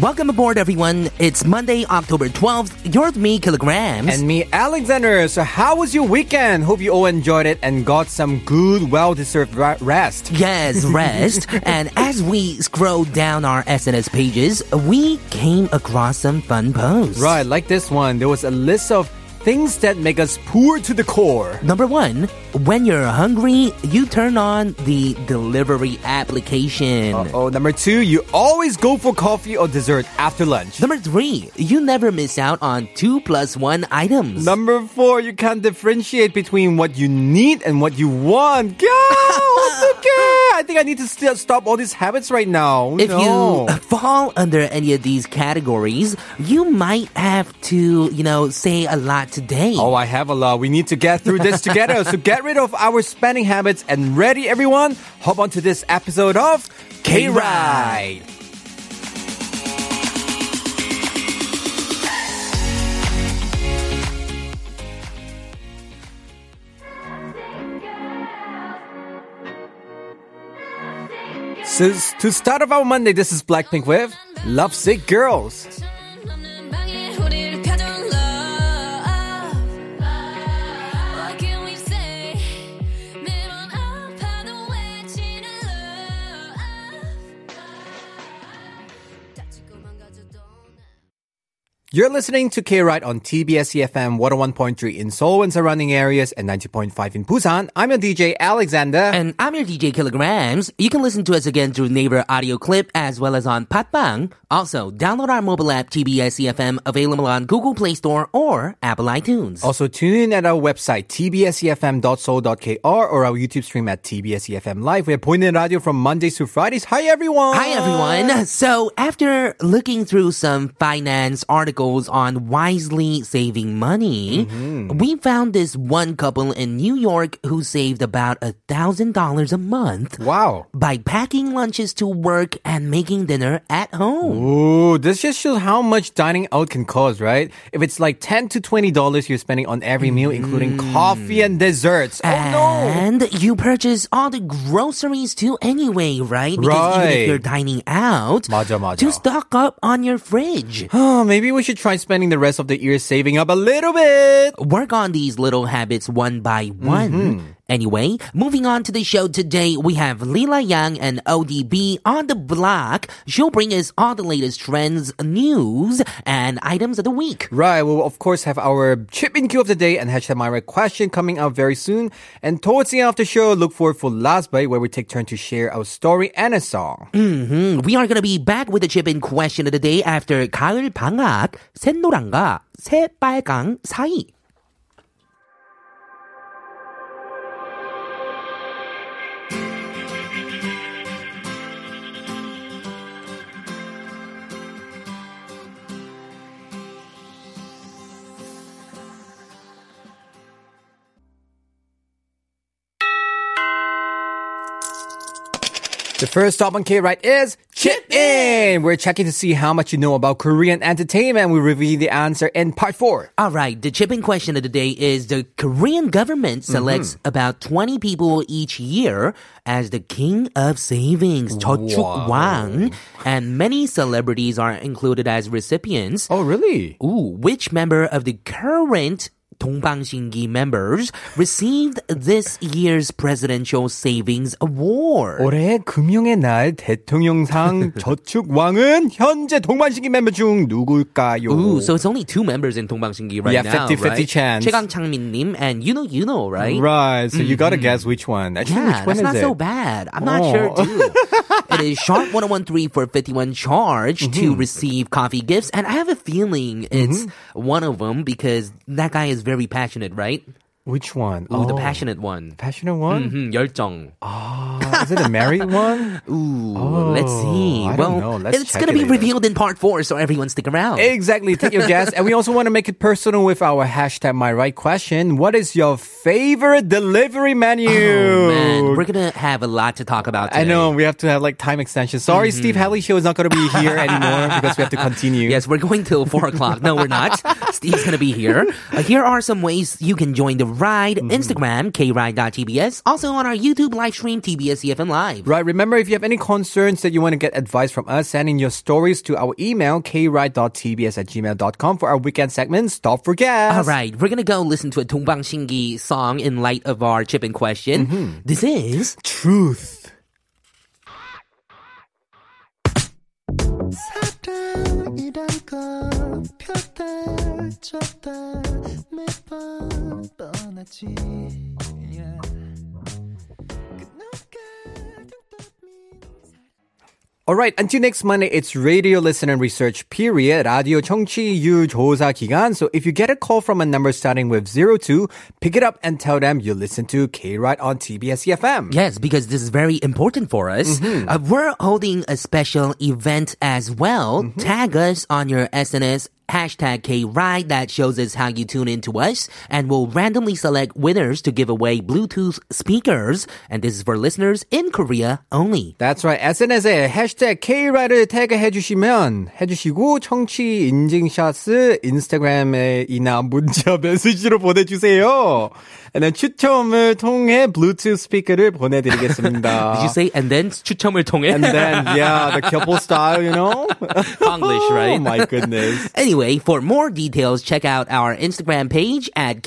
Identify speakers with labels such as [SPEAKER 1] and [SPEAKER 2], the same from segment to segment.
[SPEAKER 1] Welcome aboard, everyone. It's Monday, October 12th. You're with me, Kilograms.
[SPEAKER 2] And me, Alexander. So, how was your weekend? Hope you all enjoyed it and got some good, well deserved rest.
[SPEAKER 1] yes, rest. and as we scroll down our SNS pages, we came across some fun posts.
[SPEAKER 2] Right, like this one, there was a list of things that make us poor to the core.
[SPEAKER 1] Number one, when you're hungry, you turn on the delivery application.
[SPEAKER 2] Oh, number two, you always go for coffee or dessert after lunch.
[SPEAKER 1] Number three, you never miss out on two plus one items.
[SPEAKER 2] Number four, you can't differentiate between what you need and what you want. God, okay. I think I need to st- stop all these habits right now.
[SPEAKER 1] If
[SPEAKER 2] no.
[SPEAKER 1] you fall under any of these categories, you might have to, you know, say a lot today.
[SPEAKER 2] Oh, I have a lot. We need to get through this together. so get rid of our spending habits and ready, everyone. Hop onto this episode of K Ride. So s- to start off our Monday, this is Blackpink with Love Sick Girls.
[SPEAKER 3] 없는 방에 우릴 펴준 love. What can we say? 매번 아파도 외치는 love. 다치고 망가져도.
[SPEAKER 2] You're listening to K-Ride on TBS EFM 101.3 in Seoul and surrounding areas and 90.5 in Busan. I'm your DJ Alexander.
[SPEAKER 1] And I'm your DJ Kilograms. You can listen to us again through Neighbor Audio Clip as well as on Patbang. Also, download our mobile app TBS EFM E available on Google Play Store or Apple iTunes.
[SPEAKER 2] also tune in at our website E tbsefm.soul.kr or our YouTube stream at tbsefm E live. We're pointing radio from Mondays to Fridays. Hi everyone.
[SPEAKER 1] Hi everyone. So after looking through some finance articles on wisely saving money, we found this one couple in New York who saved about a thousand dollars a month
[SPEAKER 2] Wow.
[SPEAKER 1] by packing lunches to work and making dinner at home.
[SPEAKER 2] Ooh, this just shows how much dining out can cost, right? If it's like 10 to 20 dollars you're spending on every meal including coffee and desserts. Oh no.
[SPEAKER 1] Mm. And you purchase all the groceries too anyway, right? Because even if
[SPEAKER 2] Right.
[SPEAKER 1] you're dining out,
[SPEAKER 2] 맞아, 맞아.
[SPEAKER 1] to stock up on your fridge.
[SPEAKER 2] Oh, maybe we should try spending the rest of the year saving up a little bit.
[SPEAKER 1] work on these little habits one by one.
[SPEAKER 2] Mm-hmm.
[SPEAKER 1] Anyway, moving on to the show today, we have Lila Yang and ODB on the block. She'll bring us all the latest trends, news, and items of the week.
[SPEAKER 2] Right, we'll of course have our chip in queue of the day and hashtag my right question coming out very soon. And towards the end of the show, look forward for last bite where we take turn to share our story and a song.
[SPEAKER 1] Mm, We are gonna be back with the chip in question of the day after 가을 방학 샛노랑과 새빨강 사이.
[SPEAKER 2] The first stop on K right is Chip In. We're checking to see how much you know about Korean entertainment. We reveal the answer in part four.
[SPEAKER 1] All right, the chip in question of the day is the Korean government selects
[SPEAKER 2] Mm-hmm.
[SPEAKER 1] about 20 people each year as the king of savings, 저축왕, and many celebrities are included as recipients.
[SPEAKER 2] Oh, really?
[SPEAKER 1] Ooh, which member of the current 동방신기 members received this year's presidential savings award?
[SPEAKER 2] 올해 금융의 날 대통령상 저축왕은 현재 동반신기 멤버 중 누굴까요?
[SPEAKER 1] Ooh, so it's only two members in 동방신기 right
[SPEAKER 2] Yeah,
[SPEAKER 1] now,
[SPEAKER 2] 50-50
[SPEAKER 1] right?
[SPEAKER 2] chance.
[SPEAKER 1] 최강창민님 and you know you know, right?
[SPEAKER 2] Right, so you gotta guess which one. Actually,
[SPEAKER 1] Mm-hmm. Yeah,
[SPEAKER 2] which one
[SPEAKER 1] that's
[SPEAKER 2] is
[SPEAKER 1] not
[SPEAKER 2] it?
[SPEAKER 1] so bad. I'm not sure
[SPEAKER 2] Oh.
[SPEAKER 1] too. it is sharp 1013 for 51 charge
[SPEAKER 2] Mm-hmm.
[SPEAKER 1] to receive coffee
[SPEAKER 2] Mm-hmm.
[SPEAKER 1] gifts, and I have a feeling it's one of them because that guy is very passionate, right?
[SPEAKER 2] Which one?
[SPEAKER 1] Ooh, the
[SPEAKER 2] Oh.
[SPEAKER 1] passionate one.
[SPEAKER 2] Passionate
[SPEAKER 1] Mhm,
[SPEAKER 2] one?
[SPEAKER 1] 열정. Mm-hmm.
[SPEAKER 2] Ah, is it a married one?
[SPEAKER 1] Ooh, let's see.
[SPEAKER 2] Oh, I
[SPEAKER 1] well,
[SPEAKER 2] don't know. Let's
[SPEAKER 1] it's
[SPEAKER 2] check
[SPEAKER 1] gonna
[SPEAKER 2] it
[SPEAKER 1] be
[SPEAKER 2] later.
[SPEAKER 1] revealed in part four, so everyone stick around.
[SPEAKER 2] Exactly. Take your guess. And we also want to make it personal with our hashtag my right question. What is your favorite delivery menu?
[SPEAKER 1] Oh, man, we're gonna have a lot to talk about. Today. Mm-hmm.
[SPEAKER 2] I know we have to have like time extension. Sorry, Steve Hadley show is not going to be here anymore because we have to continue.
[SPEAKER 1] Yes, we're going till four o'clock. No, we're not. Steve's gonna be here. Uh, here are some ways you can join the ride. Instagram kride.tbs. Also on our YouTube live stream TBS EFM E Live.
[SPEAKER 2] Right. Remember, if you have any concerns that you want to get advice from us, send in your stories to our email kride.tbs at gmail.com for our weekend segment. Stop for gas.
[SPEAKER 1] All right, we're gonna go listen to a Tungbang Shingi song in light of our chip in question. This is
[SPEAKER 2] Truth.
[SPEAKER 4] 사랑이란 걸 폈다 줬다 매번 뻔하지 yeah. 끝날까 등떠민
[SPEAKER 2] All right. Until next Monday, it's radio listen and research period. Radio 청취유 조사 기간. So if you get a call from a number starting with 02, pick it up and tell them you listen to K-Ride on TBS EFM.
[SPEAKER 1] Yes, because this is very important for us. Uh, we're holding a special event as well. Tag us on your SNS. Hashtag KRide that shows us how you tune in to us and we'll randomly select winners to give away Bluetooth speakers and this is for listeners in Korea only.
[SPEAKER 2] That's right. SNS에 해시태그 K라를 태그해 주시면 해주시고 청취 인증샷을 인스타그램에 이나 문자 메시지로 보내주세요. And then 추첨을 통해 블루투스 스피커를 보내드리겠습니다.
[SPEAKER 1] Did you say and then Ah. 추첨을 통해?
[SPEAKER 2] And then yeah, the couple style, you know.
[SPEAKER 1] English,
[SPEAKER 2] Oh
[SPEAKER 1] right?
[SPEAKER 2] my goodness.
[SPEAKER 1] Anyway, for more details, check out our Instagram page at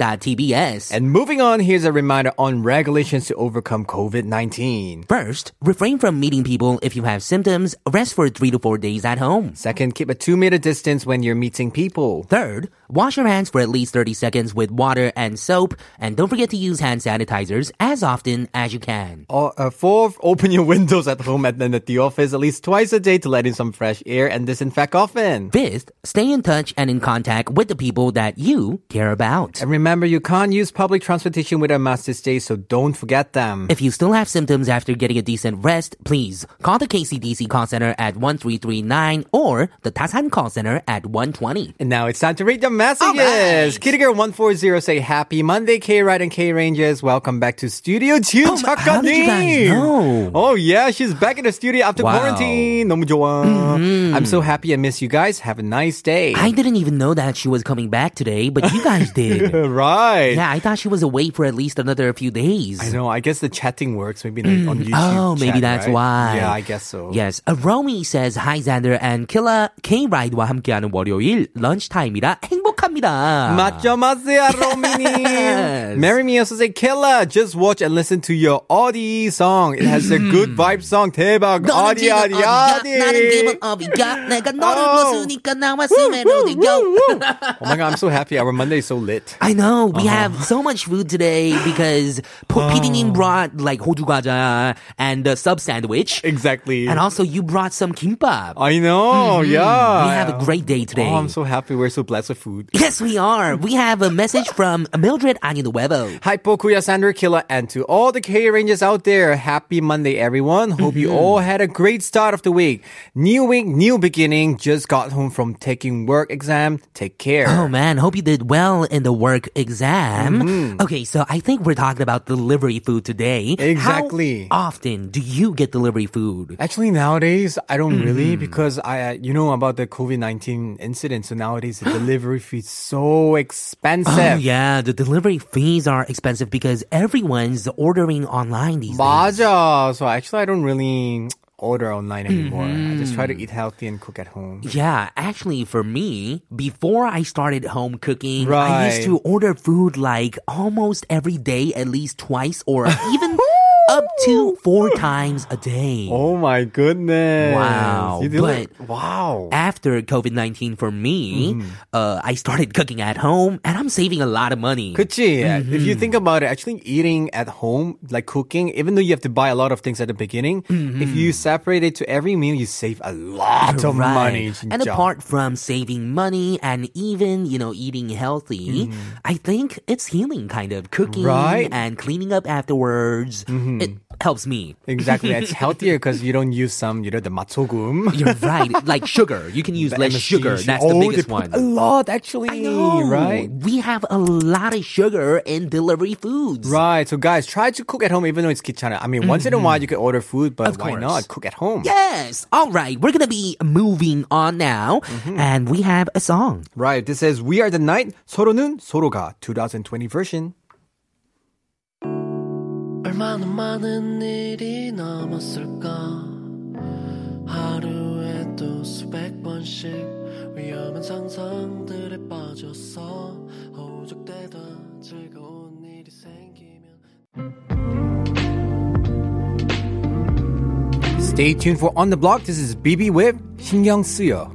[SPEAKER 1] kride.tbs.
[SPEAKER 2] And moving on, here's a reminder on regulations to overcome COVID-19.
[SPEAKER 1] First, refrain from meeting people if you have symptoms. Rest for three to four days at home.
[SPEAKER 2] Second, keep a two meter distance when you're meeting people.
[SPEAKER 1] Third, wash your hands for at least 30 seconds with water and soap, and don't forget to use hand sanitizers as often as you can.
[SPEAKER 2] Or, uh, fourth, open your windows at home and then at the office at least twice a day to let in some fresh air and disinfect often.
[SPEAKER 1] Fifth, stay in touch and in contact with the people that you care about.
[SPEAKER 2] And remember, you can't use public transportation without masks this day, so don't forget them.
[SPEAKER 1] If you still have symptoms after getting a decent rest, please call the KCDC call center at 1339 or the Tasan call center at 120.
[SPEAKER 2] and now it's time to read the messages.
[SPEAKER 1] Alright.
[SPEAKER 2] Kitty Girl 140 say happy Monday, K Ride and K Rangers. Welcome back to Studio June
[SPEAKER 1] Oh my- how did you guys know?
[SPEAKER 2] Oh yeah, she's back in the studio after
[SPEAKER 1] Wow. Mm-hmm.
[SPEAKER 2] quarantine. 너무 좋아. I'm so happy I miss you guys. Have a nice day.
[SPEAKER 1] I didn't even know that she was coming back today, but you guys did.
[SPEAKER 2] right.
[SPEAKER 1] Yeah, I thought she was away for at least another few days.
[SPEAKER 2] I know. I guess the chatting works maybe on- on YouTube.
[SPEAKER 1] Oh, maybe
[SPEAKER 2] chat,
[SPEAKER 1] that's
[SPEAKER 2] right?
[SPEAKER 1] why.
[SPEAKER 2] Yeah, I guess so.
[SPEAKER 1] Yes. Uh, Romy says, Hi, Xander and Killa. K-Ride와 함께하는 월요일, lunchtime이라 행복합니다.
[SPEAKER 2] 맞죠, 맞아요, Romini.
[SPEAKER 1] Yes.
[SPEAKER 2] Marry me also say killer. Just watch and listen to your Audi song. It has a good
[SPEAKER 1] Mm.
[SPEAKER 2] vibe song. 대박.
[SPEAKER 1] 너는
[SPEAKER 2] Audi,
[SPEAKER 1] 지금
[SPEAKER 2] Audi,
[SPEAKER 1] 어디가? 나는
[SPEAKER 2] Audi.
[SPEAKER 1] 기분 어디가? 내가 너를
[SPEAKER 2] Oh.
[SPEAKER 1] 벗으니까 나와 숨을 어디가? uh,
[SPEAKER 2] Oh my god, I'm so happy. Our Monday is so lit.
[SPEAKER 1] I know. We have so much food today because po- PD님 brought like 호두 과자 and the sub sandwich.
[SPEAKER 2] Exactly.
[SPEAKER 1] And also you brought some kimbap.
[SPEAKER 2] I know. Yeah.
[SPEAKER 1] Mm-hmm. We have a great day today.
[SPEAKER 2] Oh, I'm so happy. We're so blessed with food.
[SPEAKER 1] Yes, we are. We have a message from Mildred Aninuevo.
[SPEAKER 2] Hi, Pokuya, Sandra, Killer, and to all the K Rangers out there, happy Monday, everyone. Hope you
[SPEAKER 1] Mm-hmm.
[SPEAKER 2] all had a great start of the week. New week, new beginning. Just got home from taking work exam. Take care.
[SPEAKER 1] Oh man, hope you did well in the work exam.
[SPEAKER 2] Mm-hmm.
[SPEAKER 1] Okay, so I think we're talking about delivery food today.
[SPEAKER 2] Exactly.
[SPEAKER 1] How often do you get delivery food?
[SPEAKER 2] Actually, nowadays I don't really
[SPEAKER 1] Mm-hmm.
[SPEAKER 2] because I, uh, you know, about the COVID nineteen incident. So nowadays the delivery fee is so expensive.
[SPEAKER 1] Oh, yeah, the delivery fees are expensive because everyone's ordering online these days.
[SPEAKER 2] 맞아. So actually, I don't really order online anymore. I
[SPEAKER 1] Mm-hmm.
[SPEAKER 2] just try to eat healthy and cook at home.
[SPEAKER 1] Yeah, actually, for me, before I started home cooking, I used
[SPEAKER 2] Right.
[SPEAKER 1] to order food like almost every day, at least twice, or even up to four times a day.
[SPEAKER 2] Oh my goodness.
[SPEAKER 1] Wow,
[SPEAKER 2] You do
[SPEAKER 1] but-
[SPEAKER 2] it. Wow.
[SPEAKER 1] After COVID 19 for me, uh, I started cooking at home and I'm saving a lot of money.
[SPEAKER 2] 그치. If you think
[SPEAKER 1] Mm-hmm.
[SPEAKER 2] about it, actually eating at home, like cooking, even though you have to buy a lot of things at the beginning, if you separate it to every meal, you save a lot of
[SPEAKER 1] Mm-hmm. Right.
[SPEAKER 2] money.
[SPEAKER 1] And
[SPEAKER 2] 진짜.
[SPEAKER 1] apart from saving money and even, you know, eating healthy, I think it's healing kind of cooking
[SPEAKER 2] Right.
[SPEAKER 1] and cleaning up afterwards. It helps me.
[SPEAKER 2] Exactly. It's healthier because you don't use some, you know, the matsogum.
[SPEAKER 1] You're right. like sugar. You can use less sugar. That's the biggest one.
[SPEAKER 2] A lot, actually.
[SPEAKER 1] I know.
[SPEAKER 2] Right?
[SPEAKER 1] We have a lot of sugar in delivery foods.
[SPEAKER 2] Right. So, guys, try to cook at home, even though it's kitchen. I mean, once in a while you can order food, but
[SPEAKER 1] Mm-hmm. Of
[SPEAKER 2] why
[SPEAKER 1] course.
[SPEAKER 2] not cook at home?
[SPEAKER 1] Yes. All right. We're going to be moving on now.
[SPEAKER 2] Mm-hmm.
[SPEAKER 1] And we have a song.
[SPEAKER 2] Right. This is We Are the Night. 서로는 서로가 2020 version.
[SPEAKER 4] 얼마나 많은 일이 남았을까 하루에 또 수백 번씩 위험한 상상들에 빠졌어 허우적대다 즐거운 일이 생기면
[SPEAKER 2] Stay tuned for On the Block. This is BB with 신경 쓰여.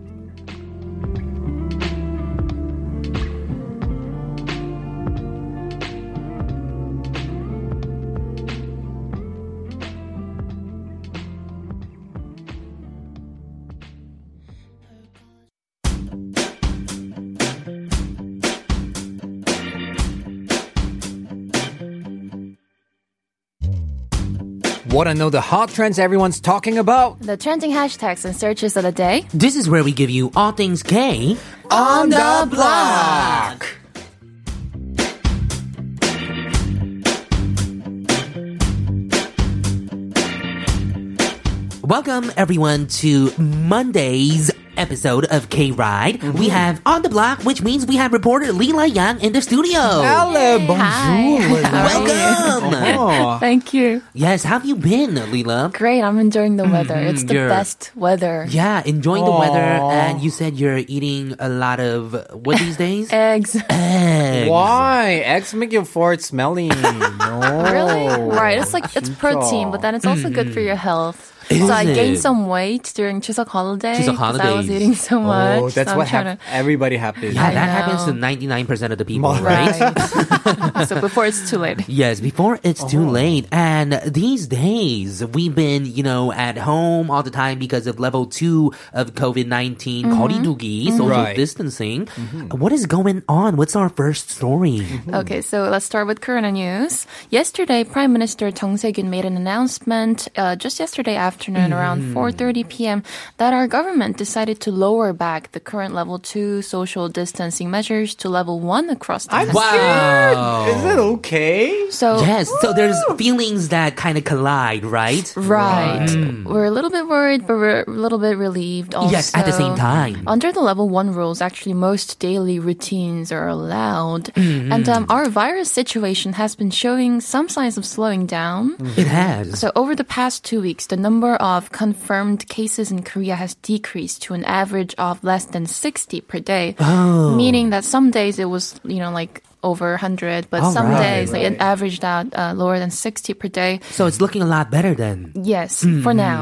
[SPEAKER 2] Wanna know the hot trends everyone's talking about?
[SPEAKER 5] The trending hashtags and searches of the day.
[SPEAKER 1] This is where we give you all things gay.
[SPEAKER 2] On the Block.
[SPEAKER 1] Welcome everyone to Monday's episode of K Ride.
[SPEAKER 2] Mm-hmm.
[SPEAKER 1] We have on the block, which means we have reporter Leela Yang in the studio.
[SPEAKER 2] Hello, bonjour.
[SPEAKER 1] Welcome.
[SPEAKER 2] Oh,
[SPEAKER 5] Thank you.
[SPEAKER 1] Yes, how have you been, Leela?
[SPEAKER 5] Great, I'm enjoying the weather. It's the
[SPEAKER 1] you're-
[SPEAKER 5] best weather.
[SPEAKER 1] Yeah, enjoying the weather, and you said you're eating a lot of what these days?
[SPEAKER 5] Eggs.
[SPEAKER 1] Eggs.
[SPEAKER 2] Oh, why? Eggs make your fart smelly. No.
[SPEAKER 5] Really? Right. It's like it's protein, but then it's also good for your health.
[SPEAKER 1] Is
[SPEAKER 5] so I gained
[SPEAKER 1] it?
[SPEAKER 5] some weight during Chuseok holiday.
[SPEAKER 1] Chuseok
[SPEAKER 5] 'cause I was
[SPEAKER 1] holidays.
[SPEAKER 5] eating so much.
[SPEAKER 2] Oh, that's
[SPEAKER 5] so
[SPEAKER 2] what
[SPEAKER 5] I'm
[SPEAKER 2] hap-
[SPEAKER 5] trying
[SPEAKER 2] everybody happens.
[SPEAKER 1] Yeah,
[SPEAKER 5] I
[SPEAKER 1] that happens to
[SPEAKER 5] know.
[SPEAKER 1] 99% of the people,
[SPEAKER 2] Right.
[SPEAKER 5] to-
[SPEAKER 1] right?
[SPEAKER 5] Right. so before it's too late.
[SPEAKER 1] Yes, before it's too late. And these days, we've been, you know, at home all the time because of level two of COVID 19,
[SPEAKER 5] Mm-hmm.
[SPEAKER 1] 거리두기, social
[SPEAKER 2] Right.
[SPEAKER 1] distancing. What is going on? What's our first story?
[SPEAKER 5] Okay, so let's start with current news. Yesterday, Prime Minister Jung Se-kyun made an announcement uh, just yesterday afternoon around 4:30 p.m. that our government decided to lower back the current level 2 social distancing measures to level 1 across the country.
[SPEAKER 2] Is it okay?
[SPEAKER 5] So
[SPEAKER 1] Yes, so there's feelings that kind of collide, right?
[SPEAKER 5] Right. We're a little bit worried, but we're a little bit relieved also.
[SPEAKER 1] Yes, at the same time.
[SPEAKER 5] Under the level one rules, actually, most daily routines are allowed. And
[SPEAKER 1] Mm-hmm.
[SPEAKER 5] um, our virus situation has been showing some signs of slowing down.
[SPEAKER 1] It has.
[SPEAKER 5] So, over the past two weeks, the number of confirmed cases in Korea has decreased to an average of less than 60 per day,
[SPEAKER 1] Oh.
[SPEAKER 5] meaning that some days it was, you know, like over 100, but
[SPEAKER 1] Oh,
[SPEAKER 5] some
[SPEAKER 1] right,
[SPEAKER 5] days like, it averaged out uh, lower than 60 per day.
[SPEAKER 1] so it's looking a lot better then.
[SPEAKER 5] Yes,
[SPEAKER 1] Hmm.
[SPEAKER 5] for now.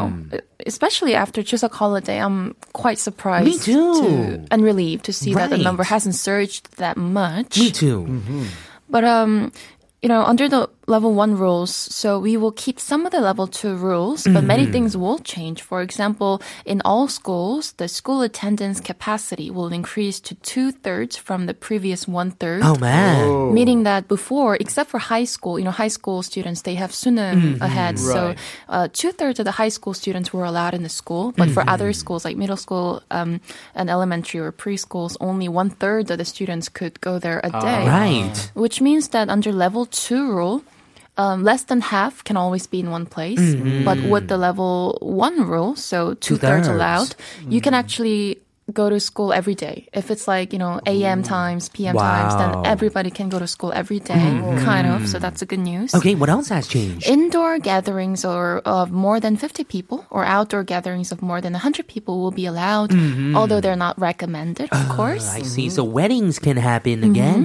[SPEAKER 5] Especially after Chuseok holiday, I'm quite surprised.
[SPEAKER 1] Me too.
[SPEAKER 5] to- and relieved to see that the
[SPEAKER 1] Right.
[SPEAKER 5] number hasn't surged that much.
[SPEAKER 1] Me too.
[SPEAKER 5] But um, you know, under the level one rules, so we will keep some of the level two rules, but many
[SPEAKER 1] Mm-hmm.
[SPEAKER 5] things will change. For example, in all schools, the school attendance capacity will increase to two thirds from the previous one third.
[SPEAKER 1] Oh man.
[SPEAKER 5] Meaning that before, except for high school, you know, high school students, they have sunim
[SPEAKER 1] Mm-hmm.
[SPEAKER 5] ahead. So
[SPEAKER 2] Right.
[SPEAKER 5] uh, two thirds of the high school students were allowed in the school. But
[SPEAKER 1] Mm-hmm.
[SPEAKER 5] for other schools, like middle school um, and elementary or preschools, only one third of the students could go there a day.
[SPEAKER 1] Ah. Right.
[SPEAKER 5] Which means that under level two rule, um, less than half can always be in one place. But with the level one rule, so two
[SPEAKER 1] Two-thirds.
[SPEAKER 5] thirds allowed, you can actually go to school every day. If it's like, you know, AM times, PM
[SPEAKER 2] Wow.
[SPEAKER 5] times, then everybody can go to school every day, kind of. So that's a good news.
[SPEAKER 1] Okay, what else has changed?
[SPEAKER 5] Indoor gatherings or of more than 50 people or outdoor gatherings of more than 100 people will be allowed, although they're not recommended, of course.
[SPEAKER 1] I see. So weddings can happen
[SPEAKER 5] Mm-hmm,
[SPEAKER 1] again.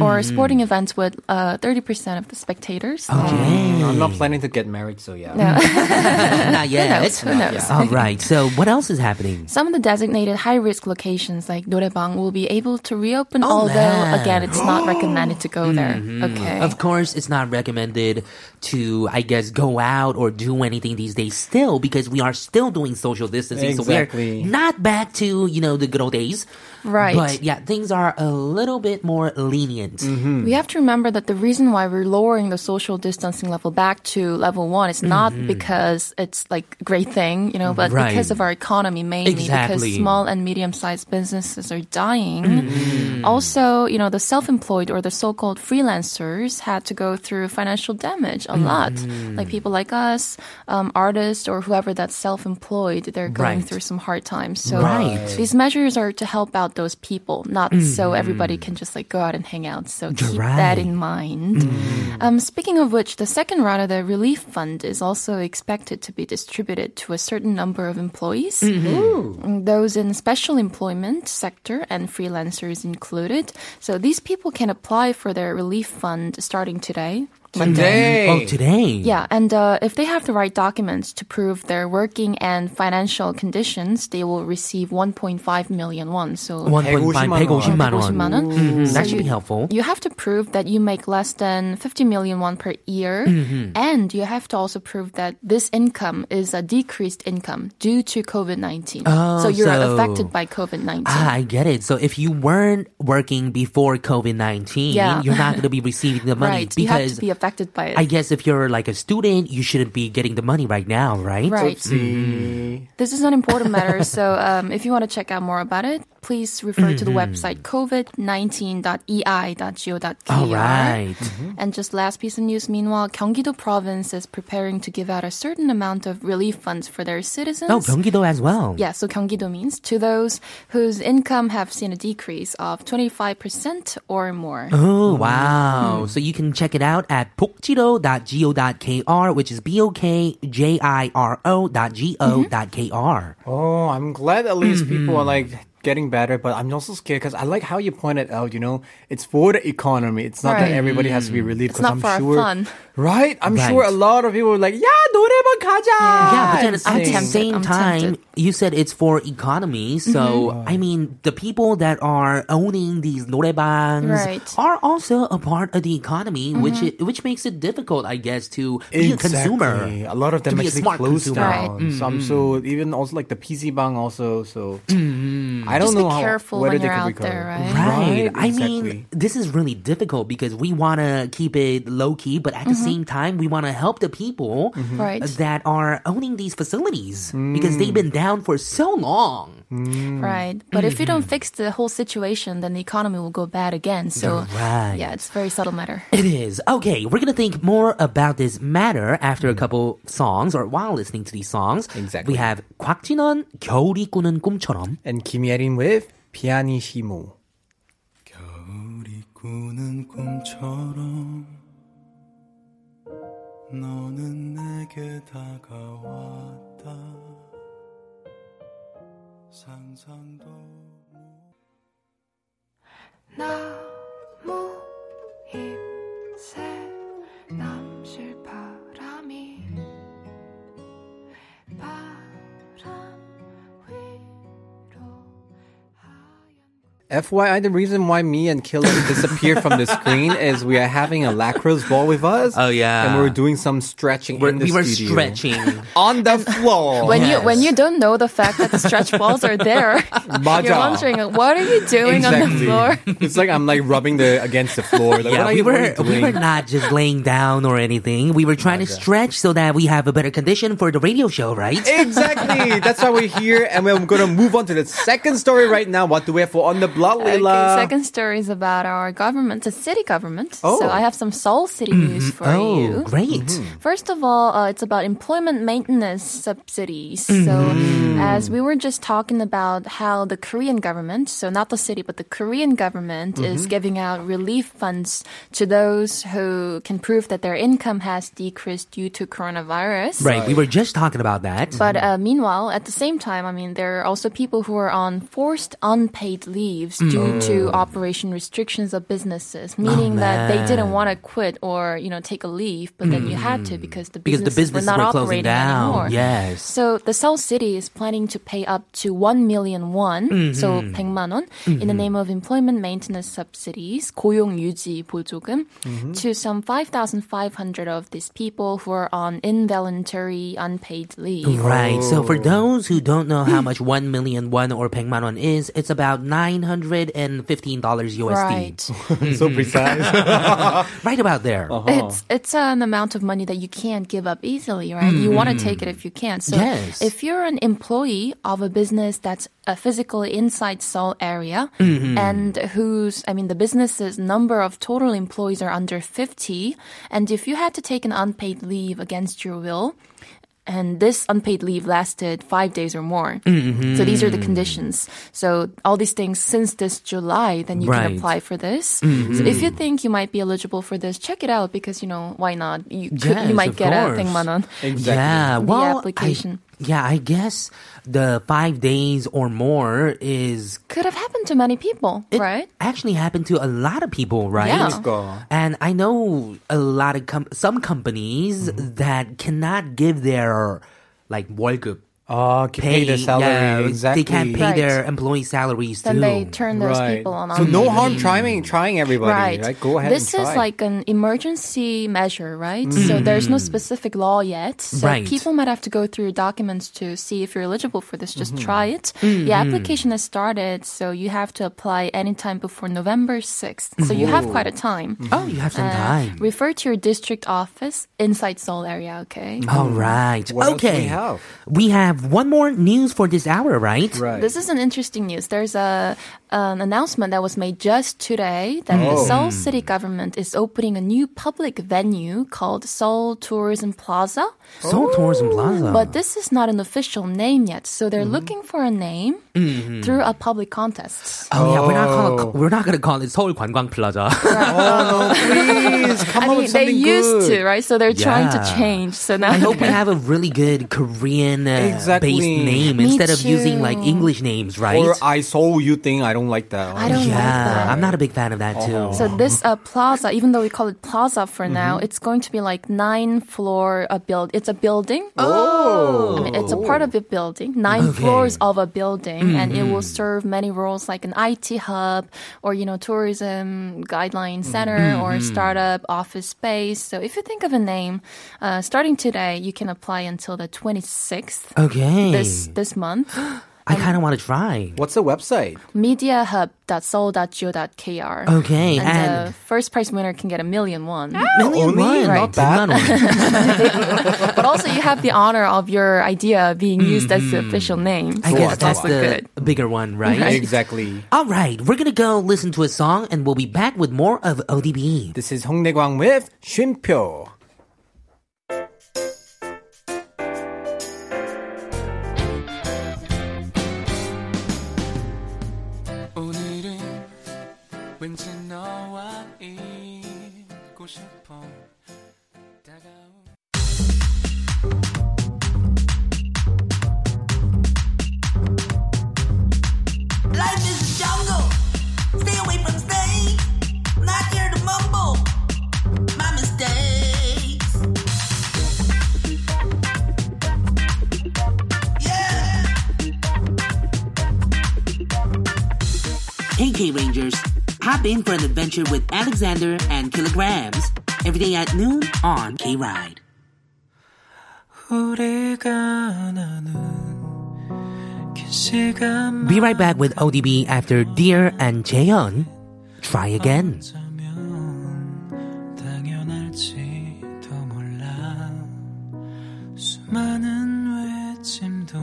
[SPEAKER 5] Or sporting events with uh, 30% of the spectators.
[SPEAKER 2] I'm not planning to get married, so yeah.
[SPEAKER 1] Oh, Not
[SPEAKER 5] Who
[SPEAKER 1] yet.
[SPEAKER 5] knows? Who knows?
[SPEAKER 1] All right. So what else is happening?
[SPEAKER 5] Some of the designated high-risk locations like 노래방 will be able to reopen, although
[SPEAKER 1] Oh, man. Mm-hmm.
[SPEAKER 5] again, it's not recommended to go there. Okay.
[SPEAKER 1] Of course, it's not recommended to, I guess, go out or do anything these days still because we are still doing social distancing.
[SPEAKER 2] Exactly.
[SPEAKER 1] So we're not back to, you know, the good old days.
[SPEAKER 5] Right.
[SPEAKER 1] But yeah, things are a little bit more lenient.
[SPEAKER 5] We have to remember that the reason why we're lowering the social distancing level back to level one is not because it's like a great thing, you know, but
[SPEAKER 1] Mm-hmm. Right.
[SPEAKER 5] because of our economy mainly
[SPEAKER 1] Exactly.
[SPEAKER 5] because small and medium sized businesses are dying.
[SPEAKER 1] Mm-hmm.
[SPEAKER 5] Also, you know, the self employed or the so called freelancers had to go through financial damage a lot.
[SPEAKER 1] Mm-hmm.
[SPEAKER 5] Like people like us, um, artists or whoever that's self employed, they're going
[SPEAKER 1] Right.
[SPEAKER 5] through some hard times. So
[SPEAKER 1] Right. Mm.
[SPEAKER 5] these measures are to help out those people, not so everybody can just like go out and hang out. So keep
[SPEAKER 1] Right. Mm.
[SPEAKER 5] that in mind. Um, speaking of which, the second round of the relief fund is also expected to be distributed to a certain number of employees,
[SPEAKER 1] Mm-hmm.
[SPEAKER 5] Mm, those in special employment sector and freelancers included. So these people can apply for their relief fund starting today.
[SPEAKER 2] Today.
[SPEAKER 1] Oh, today.
[SPEAKER 5] Yeah, and uh, if they have the right documents to prove their working and financial conditions, they will receive 1.5 million won. So
[SPEAKER 1] 1.5,
[SPEAKER 2] 150만
[SPEAKER 1] 150만 won.
[SPEAKER 5] 150만 won.
[SPEAKER 1] Mm, that
[SPEAKER 5] So
[SPEAKER 1] should be
[SPEAKER 5] you-
[SPEAKER 1] helpful.
[SPEAKER 5] You have to prove that you make less than 50 million won per year.
[SPEAKER 1] Mm-hmm.
[SPEAKER 5] And you have to also prove that this income is a decreased income due to COVID 19.
[SPEAKER 1] Oh,
[SPEAKER 5] so you're
[SPEAKER 1] so-
[SPEAKER 5] affected by COVID 19.
[SPEAKER 1] Ah, I get it. So if you weren't working before COVID 19,
[SPEAKER 5] Yeah.
[SPEAKER 1] you're not going to be receiving the money
[SPEAKER 5] right. You have
[SPEAKER 1] because
[SPEAKER 5] to be affected by it.
[SPEAKER 1] I guess if you're like a student, you shouldn't be getting the money right now, right?
[SPEAKER 5] Right.
[SPEAKER 2] See.
[SPEAKER 5] This is an important matter. so um, if you want to check out more about it, please refer to the
[SPEAKER 1] Mm-hmm.
[SPEAKER 5] website E covid19.ei.go.kr.
[SPEAKER 1] All right.
[SPEAKER 5] And just last piece of news. Meanwhile, Gyeonggi-do province is preparing to give out a certain amount of relief funds for their citizens.
[SPEAKER 1] Oh, Gyeonggi-do as well.
[SPEAKER 5] Yeah, so 경기도 means to those whose income have seen a decrease of 25% or more.
[SPEAKER 1] Oh, wow.
[SPEAKER 5] Mm-hmm.
[SPEAKER 1] So you can check it out at bokjiro.go.kr, which is B O K J I R O dot G
[SPEAKER 5] Mm-hmm.
[SPEAKER 1] O dot K R.
[SPEAKER 2] Oh, I'm glad at least people are
[SPEAKER 5] Mm-hmm.
[SPEAKER 2] like getting better, but I'm also scared because I like how you pointed out, you know, it's for the economy. It's not that
[SPEAKER 5] Right. Mm.
[SPEAKER 2] everybody has to be relieved
[SPEAKER 5] It's
[SPEAKER 2] because
[SPEAKER 5] not
[SPEAKER 2] I'm
[SPEAKER 5] for our
[SPEAKER 2] sure.
[SPEAKER 5] fun.
[SPEAKER 2] Right? I'm
[SPEAKER 1] Right.
[SPEAKER 2] sure a lot of people were like, yeah, 노래방 가자!
[SPEAKER 1] Yeah, but then at the
[SPEAKER 5] tempted,
[SPEAKER 1] same
[SPEAKER 5] I'm
[SPEAKER 1] time,
[SPEAKER 5] tempted.
[SPEAKER 1] you said it's for economy. So,
[SPEAKER 2] Mm-hmm.
[SPEAKER 1] I mean, the people that are owning these norebangs
[SPEAKER 5] Right. Mm-hmm.
[SPEAKER 1] are also a part of the economy, which it, which makes it difficult, I guess, to be a consumer.
[SPEAKER 2] A lot of them
[SPEAKER 1] be a
[SPEAKER 2] actually
[SPEAKER 1] smart
[SPEAKER 2] closed
[SPEAKER 1] consumer.
[SPEAKER 5] Right. Mm-hmm.
[SPEAKER 2] down. Some so even also like the PC bang also. So I don't
[SPEAKER 5] Mm-hmm. Just
[SPEAKER 2] know
[SPEAKER 5] be
[SPEAKER 2] how,
[SPEAKER 5] careful
[SPEAKER 2] whether
[SPEAKER 5] when
[SPEAKER 2] they
[SPEAKER 5] you're
[SPEAKER 2] could
[SPEAKER 5] out
[SPEAKER 2] recover.
[SPEAKER 5] there, right?
[SPEAKER 1] Right. I
[SPEAKER 2] exactly.
[SPEAKER 1] mean, this is really difficult because we want to keep it low key, but at the same time, we want to help the people
[SPEAKER 5] Mm-hmm.
[SPEAKER 2] Mm-hmm.
[SPEAKER 5] Right.
[SPEAKER 1] that are owning these facilities because
[SPEAKER 2] Mm.
[SPEAKER 1] they've been down for so long.
[SPEAKER 5] Right. But if you don't
[SPEAKER 1] Mm-hmm.
[SPEAKER 5] fix the whole situation, then the economy will go bad again. So,
[SPEAKER 1] Right.
[SPEAKER 5] yeah, it's a very subtle matter.
[SPEAKER 1] It is. Okay, we're going to think more about this matter after a couple songs or while listening to these songs.
[SPEAKER 2] Hmm. Exactly.
[SPEAKER 1] We have 곽진원 겨울이 꾸는 꿈처럼.
[SPEAKER 2] And Kim Yerin with Pianissimo.
[SPEAKER 6] 겨울이 꾸는 꿈처럼 너는 내게 다가왔다 상상도 못
[SPEAKER 7] 나무 잎새 남실 바람이 바람 위로 하얀
[SPEAKER 2] FYI, the reason why me and Killer disappear from the screen is we are having a lacrosse ball with us.
[SPEAKER 1] Oh, yeah.
[SPEAKER 2] and we're doing some stretching.
[SPEAKER 1] We're,
[SPEAKER 2] in the
[SPEAKER 1] we were
[SPEAKER 2] studio.
[SPEAKER 1] stretching.
[SPEAKER 2] on the floor.
[SPEAKER 5] When you when you don't know the fact that the stretch balls are there,
[SPEAKER 2] 맞아.
[SPEAKER 5] you're wondering what are you doing on the
[SPEAKER 2] exactly.
[SPEAKER 5] floor?
[SPEAKER 2] it's like I'm like rubbing the against the floor. Like,
[SPEAKER 1] yeah,
[SPEAKER 2] what are
[SPEAKER 1] we
[SPEAKER 2] you what are
[SPEAKER 1] were
[SPEAKER 2] you
[SPEAKER 1] we
[SPEAKER 2] doing?
[SPEAKER 1] were not just laying down or anything. We were trying to stretch so that we have a better condition for the radio show, right?
[SPEAKER 2] Exactly. That's why we're here, and we're going to move on to the second story right now. What do we have for on the La
[SPEAKER 5] Okay,
[SPEAKER 2] Lila.
[SPEAKER 5] second story is about our government, the city government.
[SPEAKER 2] Oh. Mm-hmm.
[SPEAKER 5] So I have some Seoul city news for
[SPEAKER 1] Oh,
[SPEAKER 5] you.
[SPEAKER 1] great.
[SPEAKER 5] First of all, uh, it's about employment maintenance subsidies.
[SPEAKER 2] Mm-hmm.
[SPEAKER 5] So, as we were just talking about how the Korean government, so not the city, but the Korean government is
[SPEAKER 2] Mm-hmm.
[SPEAKER 5] giving out relief funds to those who can prove that their income has decreased due to coronavirus.
[SPEAKER 1] Right, we were just talking about that.
[SPEAKER 5] But uh, meanwhile, at the same time, I mean, there are also people who are on forced unpaid leaves due to
[SPEAKER 1] Mm.
[SPEAKER 5] operation restrictions of businesses, meaning
[SPEAKER 1] Oh,
[SPEAKER 5] that they didn't want to quit or you know take a leave, but then you had to because the
[SPEAKER 1] Mm. because the
[SPEAKER 5] businesses
[SPEAKER 1] businesses
[SPEAKER 5] were not
[SPEAKER 1] were closing
[SPEAKER 5] operating anymore.
[SPEAKER 1] down. Yes.
[SPEAKER 5] So the Seoul city is planning to pay up to 1 million won, so
[SPEAKER 1] Mm-hmm.
[SPEAKER 5] 100만 won, in the name of employment maintenance subsidies, 고용 유지 보조금,
[SPEAKER 1] Mm-hmm.
[SPEAKER 5] to some 5,500 of these people who are on involuntary unpaid leave.
[SPEAKER 1] Right. So for those who don't know how much 1 million won or 100만 won is, it's about $915 USD.
[SPEAKER 5] Right.
[SPEAKER 2] so precise.
[SPEAKER 1] Right about there.
[SPEAKER 5] It's it's an amount of money that you can't give up easily, right? You want to take it if you can. So
[SPEAKER 1] Yes.
[SPEAKER 5] if you're an employee of a business that's uh, physically inside Seoul area and whose I mean the business's number of total employees are under 50 and if you had to take an unpaid leave against your will, and this unpaid leave lasted five days or more. So these are
[SPEAKER 1] Mm-hmm.
[SPEAKER 5] the conditions. So all these things since this July, then you
[SPEAKER 1] Right. Mm-hmm.
[SPEAKER 5] can apply for this. So if you think you might be eligible for this, check it out because you know why not? You could,
[SPEAKER 1] Yes,
[SPEAKER 5] you might
[SPEAKER 1] of
[SPEAKER 5] get
[SPEAKER 1] course.
[SPEAKER 5] a thing on.
[SPEAKER 1] Yeah,
[SPEAKER 5] The
[SPEAKER 1] well, I-
[SPEAKER 5] application.
[SPEAKER 1] yeah, I guess the five days or more is
[SPEAKER 5] Could have happened to many people,
[SPEAKER 1] it
[SPEAKER 5] right?
[SPEAKER 1] actually happened to a lot of people, right?
[SPEAKER 5] Yeah.
[SPEAKER 2] 그러니까.
[SPEAKER 1] And I know a lot of com- some companies
[SPEAKER 2] Mm-hmm.
[SPEAKER 1] that cannot give their like 월급
[SPEAKER 2] Ah, pay the salary.
[SPEAKER 1] yeah,
[SPEAKER 2] exactly.
[SPEAKER 1] They can't pay
[SPEAKER 5] Right.
[SPEAKER 1] their employee salaries too.
[SPEAKER 5] Then they turn those
[SPEAKER 2] Right.
[SPEAKER 5] people on.
[SPEAKER 2] So no
[SPEAKER 5] unpaid
[SPEAKER 2] harm
[SPEAKER 5] leave.
[SPEAKER 2] trying trying everybody. Right. Go ahead.
[SPEAKER 5] This
[SPEAKER 2] and
[SPEAKER 5] is
[SPEAKER 2] try. Mm.
[SPEAKER 5] like an emergency measure, right? So there's no specific law yet. So
[SPEAKER 1] Right.
[SPEAKER 5] people might have to go through documents to see if you're eligible for this. Just
[SPEAKER 2] Mm-hmm.
[SPEAKER 5] try it. The application has started, so you have to apply anytime before November 6th. So you have quite a time.
[SPEAKER 1] oh, you have
[SPEAKER 5] uh,
[SPEAKER 1] some time.
[SPEAKER 5] Refer to your district office inside Seoul area, okay?
[SPEAKER 1] All right.
[SPEAKER 2] What else
[SPEAKER 1] okay.
[SPEAKER 2] we have?
[SPEAKER 1] We have one more news for this hour, right?
[SPEAKER 2] right.
[SPEAKER 5] This is an interesting news. There's a an announcement that was made just today that the
[SPEAKER 2] Oh. Hmm.
[SPEAKER 5] Seoul city government is opening a new public venue called Seoul Tourism Plaza.
[SPEAKER 1] Seoul Tourism Plaza.
[SPEAKER 5] But this is not an official name yet, so they're
[SPEAKER 2] Hmm.
[SPEAKER 5] looking for a name
[SPEAKER 2] Mm-hmm.
[SPEAKER 5] through a public contest.
[SPEAKER 1] oh, yeah, we're not call, we're not gonna call it Seoul Gwanggwang Plaza.
[SPEAKER 2] oh no, please come
[SPEAKER 5] I
[SPEAKER 2] up
[SPEAKER 5] mean,
[SPEAKER 2] with
[SPEAKER 5] they
[SPEAKER 2] Oh, something
[SPEAKER 5] used
[SPEAKER 2] good.
[SPEAKER 5] to, right? So they're trying to
[SPEAKER 1] Yeah.
[SPEAKER 5] change. So now
[SPEAKER 1] I hope we have a really good Korean uh,
[SPEAKER 2] Exactly.
[SPEAKER 1] based name
[SPEAKER 5] Me
[SPEAKER 1] instead of using
[SPEAKER 5] too.
[SPEAKER 1] like English names, right?
[SPEAKER 2] Or I saw you thing. I don't like that.
[SPEAKER 5] I don't
[SPEAKER 1] yeah,
[SPEAKER 5] like that.
[SPEAKER 1] I'm not a big fan of that too.
[SPEAKER 5] So
[SPEAKER 2] Oh.
[SPEAKER 5] this uh, plaza, even though we call it plaza for now,
[SPEAKER 2] Mm-hmm.
[SPEAKER 5] it's going to be like nine floor a build. It's a building.
[SPEAKER 2] Oh.
[SPEAKER 5] I mean, it's a part of a building, nine
[SPEAKER 1] Okay. Mm,
[SPEAKER 5] floors of a building, and it will serve many roles like an IT hub or you know tourism guideline
[SPEAKER 1] Mm,
[SPEAKER 5] center or startup office space. So if you think of a name, uh, starting today, you can apply until the twenty sixth
[SPEAKER 1] okay,
[SPEAKER 5] this um, this month.
[SPEAKER 1] I kind of want to try.
[SPEAKER 2] What's the website?
[SPEAKER 5] mediahub.soul.go.kr.
[SPEAKER 1] Okay,
[SPEAKER 5] And,
[SPEAKER 1] and- Ah.
[SPEAKER 5] uh, first prize winner can get a million won.
[SPEAKER 1] Million
[SPEAKER 2] only?
[SPEAKER 1] won,
[SPEAKER 2] Not
[SPEAKER 1] million won.
[SPEAKER 5] but also, you have the honor of your idea being used as the official name.
[SPEAKER 1] Mm, I
[SPEAKER 5] So
[SPEAKER 1] guess that's
[SPEAKER 5] also
[SPEAKER 1] the
[SPEAKER 5] good.
[SPEAKER 1] bigger one, right?
[SPEAKER 2] Exactly.
[SPEAKER 1] All right, we're gonna go listen to a song, and we'll be back with more of ODB.
[SPEAKER 2] This is Hong Dae-kwang with 쉼표.
[SPEAKER 4] 오늘은 왠지 너와 있고 싶어 다가온
[SPEAKER 8] Life is a jungle. Stay away from snakes. Not here to mumble. My mistakes. Yeah.
[SPEAKER 1] Hey K Rangers, hop in for an adventure with Alexander and Kilograms every day at noon on K Ride.
[SPEAKER 4] 우리가 나는 긴 시간
[SPEAKER 1] Be right back with ODB after Dear and Jaeon. Try again.
[SPEAKER 4] 자면 당연할지도 몰라 수많은 외침도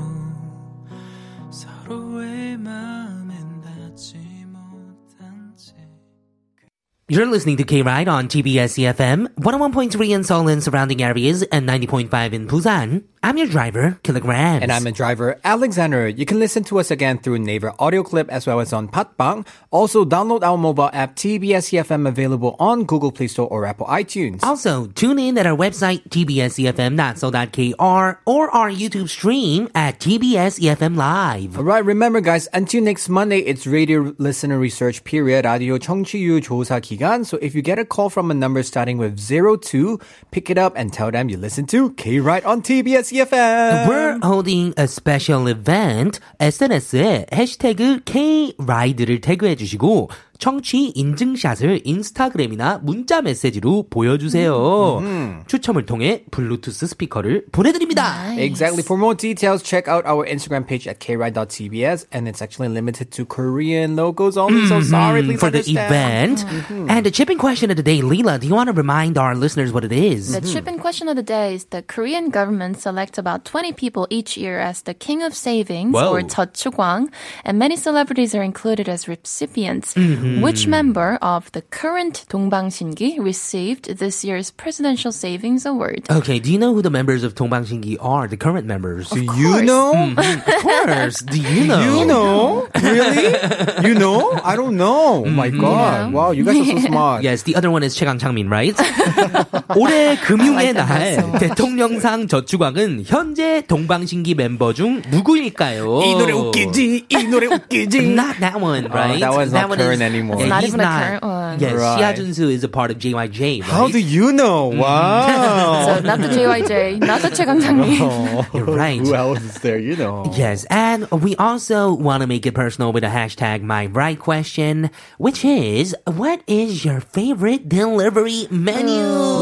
[SPEAKER 4] 서로의 마음엔 닿지 못
[SPEAKER 1] You're listening to K Ride on TBS EFM, 101.3 in Seoul and surrounding areas, and 90.5 in Busan. I'm your driver, Kilograms.
[SPEAKER 2] And I'm a driver, Alexander. You can listen to us again through Naver audio clip as well as on Patbang. Also, download our mobile app TBS EFM E available on Google Play Store or Apple iTunes.
[SPEAKER 1] Also, tune in at our website, E tbsefm.so.kr, or our YouTube stream at TBS EFM E Live.
[SPEAKER 2] All right, remember guys, until next Monday, it's radio listener research period, radio 청취율 조사 기간. So if you get a call from a number starting with 02, pick it up and tell them you listen to K-Ride on TBS EFM.
[SPEAKER 1] We're holding a special event. SNS에 해시태그 KRIDE를 태그해주시고, 청취 인증샷을 인스타그램이나 문자 메시지로 보여주세요.
[SPEAKER 2] 음,
[SPEAKER 1] 추첨을 통해 블루투스 스피커를 보내드립니다.
[SPEAKER 2] Exactly. For more details, check out our Instagram page at kride.tbs, and it's actually limited to Korean locals only. So sorry,
[SPEAKER 1] Mm-hmm.
[SPEAKER 2] please
[SPEAKER 1] for the
[SPEAKER 2] understand. Mm-hmm.
[SPEAKER 1] event. And the chipping question of the day, Leela, do you want to remind our listeners what it is?
[SPEAKER 5] The chip in question of the day is the Korean government selects about 20 people each year as the king of savings
[SPEAKER 1] Whoa.
[SPEAKER 5] or 저축왕, and many celebrities are included as recipients.
[SPEAKER 1] Mm-hmm.
[SPEAKER 5] Which member of the current 동방신기 received this year's presidential savings award?
[SPEAKER 1] Okay, do you know who the members of Tongbangshingi are, the current members?
[SPEAKER 2] Do you know?
[SPEAKER 1] of course. Do you know?
[SPEAKER 2] You know? really? You know? I don't know. Oh my
[SPEAKER 1] Mm-hmm.
[SPEAKER 2] god. Wow, you guys are so smart.
[SPEAKER 1] Yes, the other one is 최강 창민, right? 올해 금융의
[SPEAKER 5] I like that
[SPEAKER 1] 날
[SPEAKER 5] so much.
[SPEAKER 1] 대통령상 저축왕은 현재 동방신기 멤버 중 누구일까요?
[SPEAKER 2] 이 노래
[SPEAKER 1] Oh.
[SPEAKER 2] 웃기지? 이 노래 웃기지?
[SPEAKER 1] Not that one, right?
[SPEAKER 2] that one's not current anymore. It's
[SPEAKER 1] Yeah,
[SPEAKER 5] not
[SPEAKER 1] he's
[SPEAKER 5] even a current one.
[SPEAKER 1] Yes, Xia
[SPEAKER 2] Right.
[SPEAKER 1] Junsu is a part of JYJ, right?
[SPEAKER 2] How do you know?
[SPEAKER 5] Mm.
[SPEAKER 2] Wow.
[SPEAKER 1] Oh.
[SPEAKER 5] So not the JYJ, not the 최강장님.
[SPEAKER 1] You're right.
[SPEAKER 2] Who else is there? You know.
[SPEAKER 1] Yes, and we also want to make it personal with a hashtag my right question, which is what is your favorite delivery menu?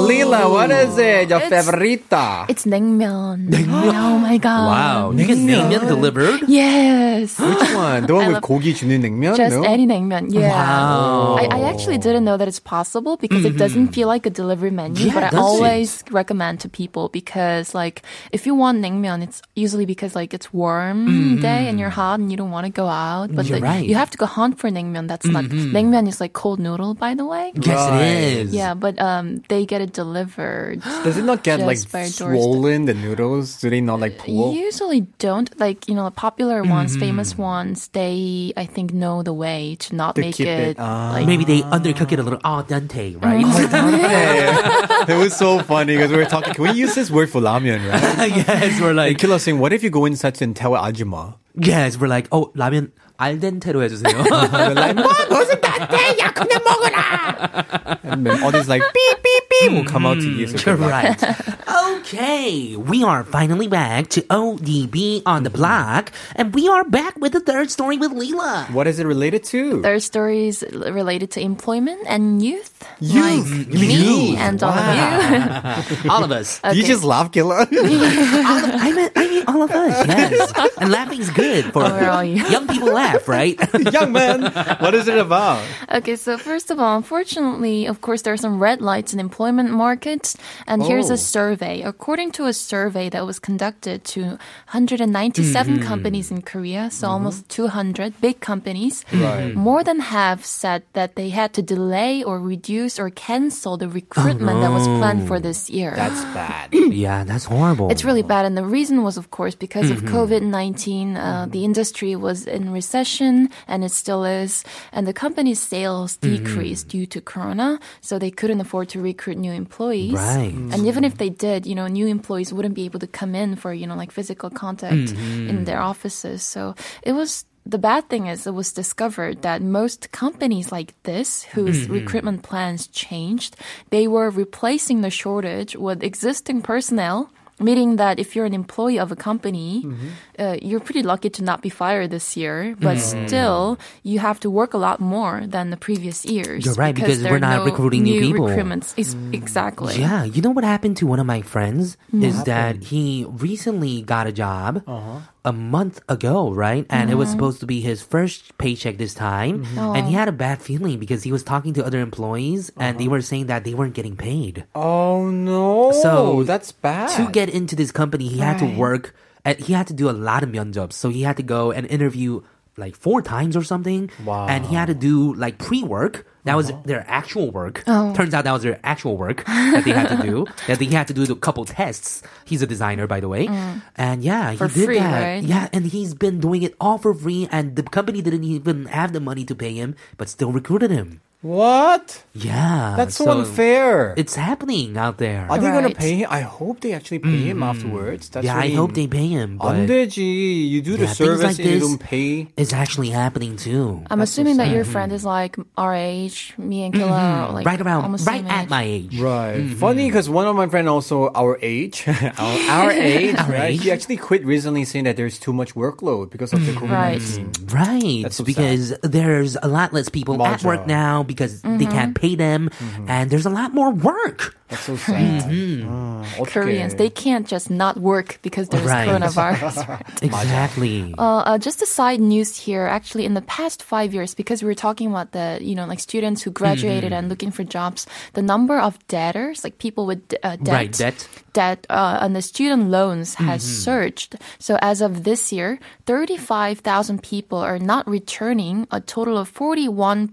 [SPEAKER 2] Lila, what is it? Your
[SPEAKER 5] It's-
[SPEAKER 2] favorita?
[SPEAKER 5] It's 냉면. Oh my god.
[SPEAKER 1] Wow, you get 냉면 delivered?
[SPEAKER 5] Yes.
[SPEAKER 2] Which one? The one with
[SPEAKER 5] love-
[SPEAKER 2] 고기 주는 냉면?
[SPEAKER 5] Just
[SPEAKER 2] Oh, no?
[SPEAKER 5] any 냉면. Yeah.
[SPEAKER 1] Wow. Mm-hmm.
[SPEAKER 5] I, I actually didn't know that it's possible because it doesn't feel like a delivery menu,
[SPEAKER 1] Yeah,
[SPEAKER 5] but I
[SPEAKER 1] doesn't.
[SPEAKER 5] always recommend to people because like if you want naengmyeon, it's usually because like it's warm day and you're hot and you don't want to go out, but
[SPEAKER 1] Mm-hmm. You're
[SPEAKER 5] like
[SPEAKER 1] right. Mm-hmm.
[SPEAKER 5] you have to go hunt for naengmyeon. That's not naengmyeon is like cold noodle by the way.
[SPEAKER 1] Yes, it is.
[SPEAKER 5] Yeah, but um they get it delivered.
[SPEAKER 2] Does it not get like
[SPEAKER 5] Just by doorstep.
[SPEAKER 2] swollen the noodles? Do they not like pull?
[SPEAKER 5] Usually don't like you know the popular ones,
[SPEAKER 1] Mm-hmm.
[SPEAKER 5] famous ones. They I think know the way to not
[SPEAKER 2] To
[SPEAKER 5] make
[SPEAKER 2] keep it,
[SPEAKER 5] it, like
[SPEAKER 1] Maybe they undercook it a little al dente, right?
[SPEAKER 2] Oh it was so funny because we were talking. Can we use this word for ramen, right?
[SPEAKER 1] yes, we're
[SPEAKER 2] And
[SPEAKER 1] like,
[SPEAKER 2] Killer saying, "What if you go inside and tell Ajima?"
[SPEAKER 1] yes, we're like, oh, 라면 al dente로 해주세요.
[SPEAKER 2] They're like, "What? 무슨 단테야? 그냥 먹어라." And then all these like beep beep beep will come out to you. So
[SPEAKER 1] You're
[SPEAKER 2] good luck.
[SPEAKER 1] right. okay, we are finally back to ODB on the block, and we are back with the third story with Leela.
[SPEAKER 2] What is it related to?
[SPEAKER 5] There are stories related to employment and youth.
[SPEAKER 2] Youth.
[SPEAKER 5] Like me
[SPEAKER 2] Youth.
[SPEAKER 5] and all of you.
[SPEAKER 1] All of us.
[SPEAKER 2] You just laugh, Killer.
[SPEAKER 1] all of, I mean, I mean, all of us. Yes, and laughing's good for
[SPEAKER 5] where are you?
[SPEAKER 1] young people. Laugh, right?
[SPEAKER 2] Young man, what is it about?
[SPEAKER 5] Okay, so first of all, unfortunately, of course, there are some red lights in employment markets. And here's
[SPEAKER 2] Oh.
[SPEAKER 5] a survey. According to a survey that was conducted to 197
[SPEAKER 2] Hmm.
[SPEAKER 5] companies in Korea, so almost 200 big companies,
[SPEAKER 2] Mm-hmm. Right.
[SPEAKER 5] more than half said that they had to delay or reduce or cancel the recruitment that was planned
[SPEAKER 2] Oh.
[SPEAKER 5] for this year.
[SPEAKER 2] That's bad.
[SPEAKER 1] yeah, that's horrible.
[SPEAKER 5] It's really bad. And the reason was, of course, because of COVID 19, uh, the industry was in recession and it still is. And the company's sales decreased due to Corona. So they couldn't afford to recruit new employees.
[SPEAKER 1] Right.
[SPEAKER 5] And even if they did, you know, new employees wouldn't be able to come in for, you know, like physical contact
[SPEAKER 1] Mm-hmm.
[SPEAKER 5] in their offices. So it was. The bad thing is, it was discovered that most companies like this, whose
[SPEAKER 1] Mm-hmm.
[SPEAKER 5] recruitment plans changed, they were replacing the shortage with existing personnel meaning that if you're an employee of a company,
[SPEAKER 1] Mm-hmm.
[SPEAKER 5] uh, you're pretty lucky to not be fired this year, but still you have to work a lot more than the previous years.
[SPEAKER 1] You're right, because
[SPEAKER 5] there
[SPEAKER 1] we're
[SPEAKER 5] are
[SPEAKER 1] not recruiting new people.
[SPEAKER 5] Recruitments. Ex- Exactly.
[SPEAKER 1] Mm. Yeah, you know what happened to one of my friends is that he recently got a job a month ago, right? And it was supposed to be his first paycheck this time, and he had a bad feeling because he was talking to other employees and they were saying that they weren't getting paid.
[SPEAKER 2] Oh no!
[SPEAKER 1] So,
[SPEAKER 2] that's bad.
[SPEAKER 1] to get into this company, he had to work. At, he had to do a lot of myunjobs, so he had to go and interview like four times or something. Wow! And he had to do like pre work, That was
[SPEAKER 2] Uh-huh.
[SPEAKER 1] their actual work.
[SPEAKER 2] Oh.
[SPEAKER 1] Turns out that was their actual work that they had to do. that they had to do a couple tests. He's a designer, by the way.
[SPEAKER 2] Mm.
[SPEAKER 1] And yeah,
[SPEAKER 5] For
[SPEAKER 1] he did
[SPEAKER 5] free,
[SPEAKER 1] that.
[SPEAKER 5] right?
[SPEAKER 1] Yeah, and he's been doing it all for free, and the company didn't even have the money to pay him, but still recruited him.
[SPEAKER 2] What?
[SPEAKER 1] Yeah,
[SPEAKER 2] That's so, unfair.
[SPEAKER 1] It's happening out there.
[SPEAKER 2] Are they gonna
[SPEAKER 5] Right.
[SPEAKER 2] pay him? I hope they actually pay him afterwards. That's
[SPEAKER 1] Mm-hmm. yeah, I
[SPEAKER 2] what mean.
[SPEAKER 1] hope they pay him. But
[SPEAKER 2] 안 되지. You do the
[SPEAKER 1] Yeah, things
[SPEAKER 2] service
[SPEAKER 1] like
[SPEAKER 2] and you
[SPEAKER 1] this-
[SPEAKER 2] don't pay.
[SPEAKER 1] It's actually happening too.
[SPEAKER 5] I'm assuming that your friend is like our age, me and Killa, are like
[SPEAKER 1] Mm-hmm. right around,
[SPEAKER 5] almost
[SPEAKER 1] right
[SPEAKER 5] same
[SPEAKER 1] at
[SPEAKER 5] age.
[SPEAKER 1] my age.
[SPEAKER 2] Right.
[SPEAKER 1] Mm-hmm.
[SPEAKER 2] Funny because one of my friend also our age, our, our age,
[SPEAKER 1] Our
[SPEAKER 2] right?
[SPEAKER 1] age. Mm-hmm.
[SPEAKER 2] He actually quit recently, saying that there's too much workload because of the COVID.
[SPEAKER 5] Right.
[SPEAKER 1] Right,
[SPEAKER 2] That's so
[SPEAKER 1] because there's a lot less people at
[SPEAKER 2] 맞아.
[SPEAKER 1] work now because they
[SPEAKER 5] Mm-hmm.
[SPEAKER 1] can't pay them,
[SPEAKER 2] Mm-hmm.
[SPEAKER 1] and there's a lot more work.
[SPEAKER 2] That's so sad.
[SPEAKER 1] Mm-hmm.
[SPEAKER 2] Ah, 아, 어떡해.
[SPEAKER 5] Koreans, they can't just not work because there's
[SPEAKER 1] Right.
[SPEAKER 5] coronavirus.
[SPEAKER 1] Exactly.
[SPEAKER 5] Well, uh, just a side news here. Actually, in the past five years, because we were talking about the, you know, like students who graduated
[SPEAKER 1] Mm-hmm.
[SPEAKER 5] and looking for jobs, the number of debtors, like people with uh, debt,
[SPEAKER 1] Right, debt.
[SPEAKER 5] debt uh, on the student loans has
[SPEAKER 1] Mm-hmm.
[SPEAKER 5] surged. So as of this year, 35,000 people are not returning a total of 41.8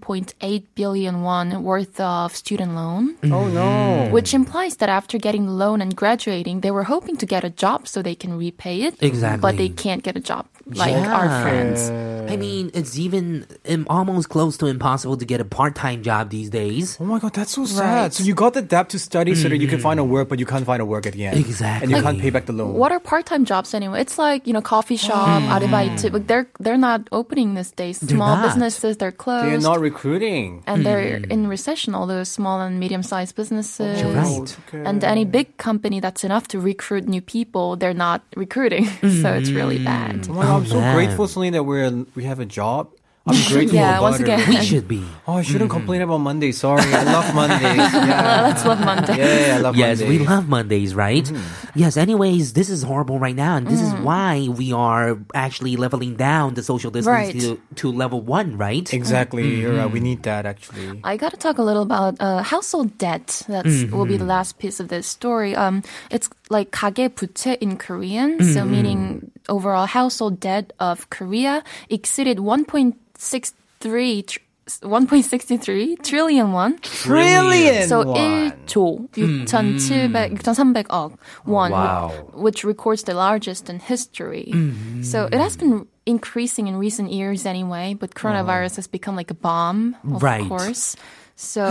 [SPEAKER 5] billion won worth of student loan.
[SPEAKER 2] Oh no.
[SPEAKER 1] Mm-hmm.
[SPEAKER 5] Which implies that after getting the loan and graduating, they were hoping to get a job so they can repay it.
[SPEAKER 1] Exactly.
[SPEAKER 5] But they can't get a job like our
[SPEAKER 1] Yeah.
[SPEAKER 5] friends.
[SPEAKER 2] Uh,
[SPEAKER 1] I mean, it's even um, almost close to impossible to get a part-time job these days.
[SPEAKER 2] Oh my god, that's so
[SPEAKER 5] Right.
[SPEAKER 2] sad. So you got the debt to study so that you can find a work, but you can't find a work at the end. And you
[SPEAKER 1] Exactly.
[SPEAKER 2] can't pay back the loan.
[SPEAKER 5] What are part-time jobs anyway? It's like you know, coffee shop, 아르바이트. Like they're they're not opening these days. Small
[SPEAKER 1] Mm-hmm. not.
[SPEAKER 5] businesses they're closed.
[SPEAKER 2] They're not recruiting.
[SPEAKER 5] and they're in recession, all those small and medium-sized businesses.
[SPEAKER 1] You're right.
[SPEAKER 5] And any big company that's enough to recruit new people, they're not recruiting. so it's really bad.
[SPEAKER 2] Oh my god, I'm so
[SPEAKER 1] man.
[SPEAKER 2] grateful, Celine, that we're we have a job. I'm grateful
[SPEAKER 5] Yeah,
[SPEAKER 2] about
[SPEAKER 5] once
[SPEAKER 2] it.
[SPEAKER 5] again.
[SPEAKER 1] We should be.
[SPEAKER 2] Oh, I shouldn't complain about Monday. Sorry, I love Mondays. Yeah,
[SPEAKER 5] Let's love Monday.
[SPEAKER 2] yeah, I love
[SPEAKER 1] Yes,
[SPEAKER 2] Mondays. Mm-hmm.
[SPEAKER 1] we love Mondays, right? Yes, anyways, this is horrible right now, and this
[SPEAKER 2] Mm.
[SPEAKER 1] is why we are actually leveling down the social distance
[SPEAKER 5] Right.
[SPEAKER 1] to, to level one, right?
[SPEAKER 2] Exactly. You're right. We need that actually.
[SPEAKER 5] I got to talk a little about uh, household debt. That will be the last piece of this story. Um, it's like 가계 부채 in Korean, so meaning overall household debt of Korea exceeded 1.63 tr- 1.63 trillion won.
[SPEAKER 2] Trillion.
[SPEAKER 5] So 1조 6,700 6,300억 won,
[SPEAKER 2] Wow.
[SPEAKER 5] which, which records the largest in history. So it has been increasing in recent years anyway, but coronavirus has become like a bomb, of
[SPEAKER 1] Right.
[SPEAKER 5] course. So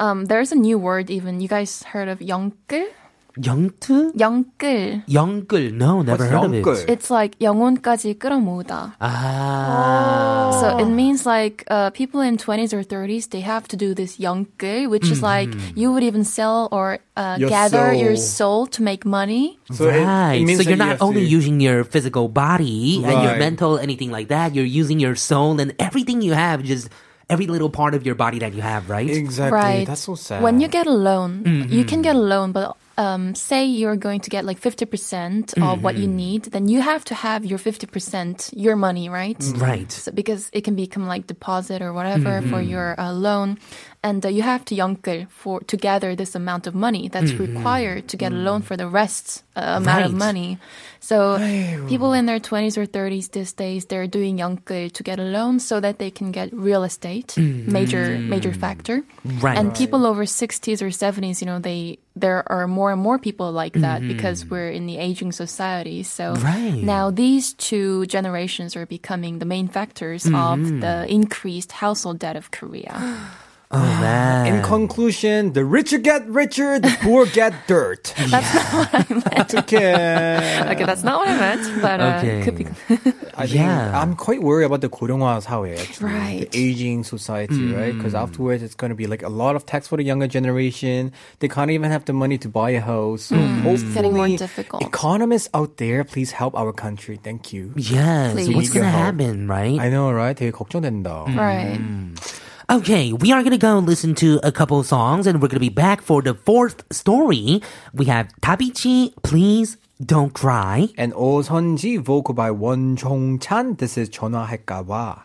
[SPEAKER 5] um, there's a new word even. You guys heard of 영끌?
[SPEAKER 1] 영트?
[SPEAKER 5] 영끌.
[SPEAKER 1] 영글. No, never heard of it.
[SPEAKER 5] It's like 영혼까지 끌어모으다.
[SPEAKER 1] Ah.
[SPEAKER 5] So it means like uh, people in 20s or 30s, they have to do this yonke, which is like you would even sell or uh,
[SPEAKER 2] Your soul.
[SPEAKER 5] gather your soul to make money.
[SPEAKER 2] So it- it
[SPEAKER 1] right.
[SPEAKER 2] means
[SPEAKER 1] so
[SPEAKER 2] that
[SPEAKER 1] you're
[SPEAKER 2] you
[SPEAKER 1] not
[SPEAKER 2] have
[SPEAKER 1] only
[SPEAKER 2] to-
[SPEAKER 1] using your physical body and your
[SPEAKER 2] Right.
[SPEAKER 1] mental, anything like that. You're using your soul and everything you have, just every little part of your body that you have, right?
[SPEAKER 2] Exactly.
[SPEAKER 5] Right.
[SPEAKER 2] That's so sad.
[SPEAKER 5] When you get a loan, you can get a loan, but um, say you're going to get like 50% percent of what you need, then you have to have your 50%, your money, right?
[SPEAKER 1] Right. Mm-hmm.
[SPEAKER 5] So because it can become like deposit or whatever for your uh, loan, and uh, you have to yonkel for to gather this amount of money that's required to get a loan for the rest uh, amount of
[SPEAKER 1] Mm-hmm. Mm. Right.
[SPEAKER 5] money. So people in their twenties or thirties these days they're doing yonkel to get a loan so that they can get real estate, major major factor.
[SPEAKER 1] Mm-hmm. Right.
[SPEAKER 5] And people over sixties or seventies, you know, they there are more and more people like that because we're in the aging society. So
[SPEAKER 1] Mm-hmm. Right.
[SPEAKER 5] now now, these two generations are becoming the main factors of
[SPEAKER 1] Mm-hmm.
[SPEAKER 5] the increased household debt of Korea.
[SPEAKER 1] Oh man.
[SPEAKER 2] In conclusion, the richer get richer, the poor get dirt. That's not what I meant.
[SPEAKER 5] okay, that's not what I meant, but uh,
[SPEAKER 1] Okay.
[SPEAKER 5] could be.
[SPEAKER 2] I think
[SPEAKER 1] Yeah.
[SPEAKER 2] I'm quite worried about the 고령화 사회, actually.
[SPEAKER 5] Right.
[SPEAKER 2] The aging society, right? Because afterwards, it's going to be like a lot of tax for the younger generation. They can't even have the money to buy a house. So hopefully,
[SPEAKER 5] getting more difficult.
[SPEAKER 2] economists out there, please help our country. Thank you.
[SPEAKER 1] Yes.
[SPEAKER 5] Please.
[SPEAKER 1] What's gonna
[SPEAKER 2] Your help.
[SPEAKER 1] happen, right?
[SPEAKER 2] I know, right? 되게 걱정된다.
[SPEAKER 5] Right.
[SPEAKER 1] Mm-hmm. Okay, we are gonna go listen to a couple songs, and we're gonna be back for the fourth story. We have Tabichi, please don't cry.
[SPEAKER 2] And 오선지 vocal by 원종찬. This is 전화할까봐.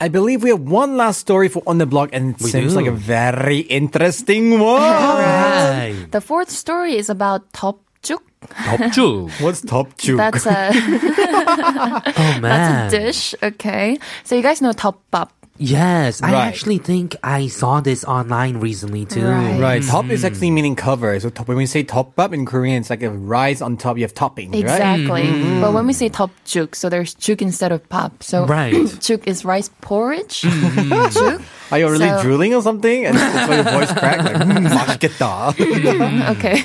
[SPEAKER 2] I believe we have one last story for on the block, and it seems
[SPEAKER 1] do.
[SPEAKER 2] like a very interesting one.
[SPEAKER 1] Right.
[SPEAKER 5] The fourth story is about 덮죽.
[SPEAKER 1] 덥죽.
[SPEAKER 2] What's top two?
[SPEAKER 5] That's a
[SPEAKER 1] Oh man.
[SPEAKER 5] that's a dish. Okay, so you guys know 덮밥.
[SPEAKER 1] Yes,
[SPEAKER 2] Right.
[SPEAKER 1] I actually think I saw this online recently too.
[SPEAKER 5] Right.
[SPEAKER 2] Right, Hmm. top is actually meaning cover. So top, when we say top up in Korean, it's like a rice on top. You have topping, right?
[SPEAKER 5] Exactly.
[SPEAKER 1] Mm-hmm.
[SPEAKER 5] But when we say 덮죽, so there's juk instead of pop. So
[SPEAKER 1] Right. Mm-hmm.
[SPEAKER 5] juk is rice porridge. juk.
[SPEAKER 2] Are you already
[SPEAKER 5] So-
[SPEAKER 2] drooling or something? And that's why your voice cracked. Like, mm, 맛있겠다.
[SPEAKER 5] Okay.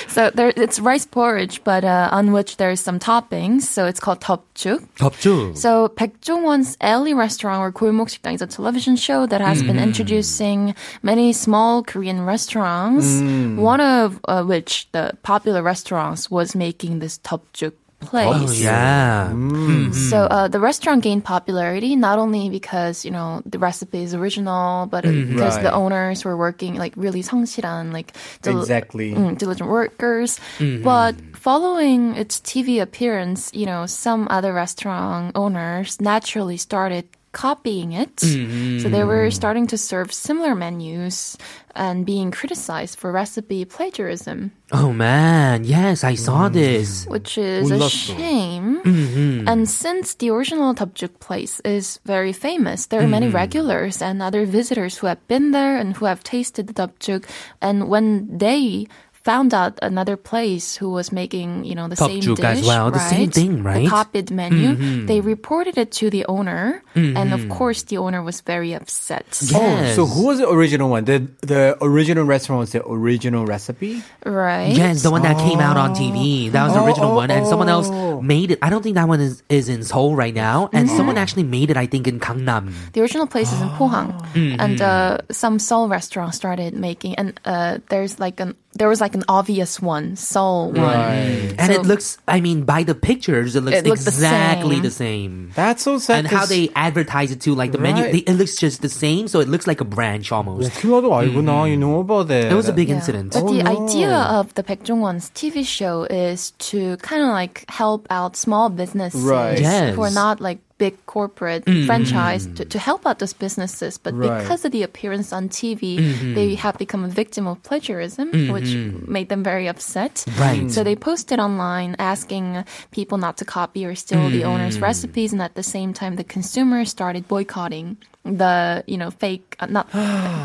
[SPEAKER 5] so there, it's rice porridge, but uh, on which there's some toppings. So it's called 덮죽.
[SPEAKER 1] 덥죽.
[SPEAKER 5] So Baek Jong-won's Alley Restaurant or 골목 식당 is a television show that has been introducing many small Korean restaurants. One of uh, which the popular restaurants was making this 덮죽 place.
[SPEAKER 1] Oh yeah.
[SPEAKER 2] Mm.
[SPEAKER 5] So uh, the restaurant gained popularity not only because you know the recipe is original, but uh, because the
[SPEAKER 2] Right.
[SPEAKER 5] owners were working like really 성실한 like dil-
[SPEAKER 2] Exactly.
[SPEAKER 5] mm, diligent workers. But following its TV appearance, you know some other restaurant owners naturally started copying it. So they were starting to serve similar menus and being criticized for recipe plagiarism
[SPEAKER 1] Oh man. Yes, I saw
[SPEAKER 2] Mm.
[SPEAKER 1] this.
[SPEAKER 5] which is a shame.
[SPEAKER 1] Mm-hmm.
[SPEAKER 5] And since the original Tabjuk place is very famous, there are many
[SPEAKER 1] Mm-hmm.
[SPEAKER 5] regulars and other visitors who have been there and who have tasted the Tabjuk. And when they found out another place who was making, you know, the same
[SPEAKER 1] Tteokjuk as
[SPEAKER 5] dish,
[SPEAKER 1] well, the same thing,
[SPEAKER 5] the
[SPEAKER 1] right? Mm-hmm.
[SPEAKER 5] copied menu. They reported it to the owner, and of course, the owner was very upset.
[SPEAKER 1] Yes.
[SPEAKER 2] Oh, So who was the original one? The the original restaurant was the original recipe.
[SPEAKER 5] Right?
[SPEAKER 1] Yes, the one that came out on TV. That was
[SPEAKER 2] Oh,
[SPEAKER 1] the original one, and someone else made it. I don't think that one is, is in Seoul right now, and someone actually made it. I think in Gangnam.
[SPEAKER 5] The original place is in Pohang, and uh, some Seoul restaurant started making, and uh, there's like an there was like an obvious one, Seoul one.
[SPEAKER 1] And
[SPEAKER 5] So-
[SPEAKER 1] it looks, I mean, by the pictures, it looks
[SPEAKER 5] It looked the
[SPEAKER 1] exactly
[SPEAKER 5] same.
[SPEAKER 1] the same.
[SPEAKER 2] That's so sad.
[SPEAKER 1] and how
[SPEAKER 2] 'cause-
[SPEAKER 1] they advertise it too, like the menu, they,
[SPEAKER 2] Right.
[SPEAKER 1] it looks just the same, so it looks like a branch almost.
[SPEAKER 2] 킬러도 알구나. You know about that.
[SPEAKER 1] It was a big
[SPEAKER 5] Yeah.
[SPEAKER 1] incident.
[SPEAKER 5] But
[SPEAKER 2] Oh, no.
[SPEAKER 5] the idea of the Baek Jong-won's TV show is to kind of like help out small businesses
[SPEAKER 2] Right.
[SPEAKER 1] Yes. Mm-hmm.
[SPEAKER 5] who are not like big corporate franchise to, to help out those businesses. But
[SPEAKER 2] Right.
[SPEAKER 5] because of the appearance on TV,
[SPEAKER 1] Mm-hmm.
[SPEAKER 5] they have become a victim of plagiarism, which made them very upset.
[SPEAKER 1] Right.
[SPEAKER 5] So they posted online asking people not to copy or steal the owner's
[SPEAKER 1] Mm-hmm.
[SPEAKER 5] recipes, and at the same time, the consumers started boycotting the you know fake uh, not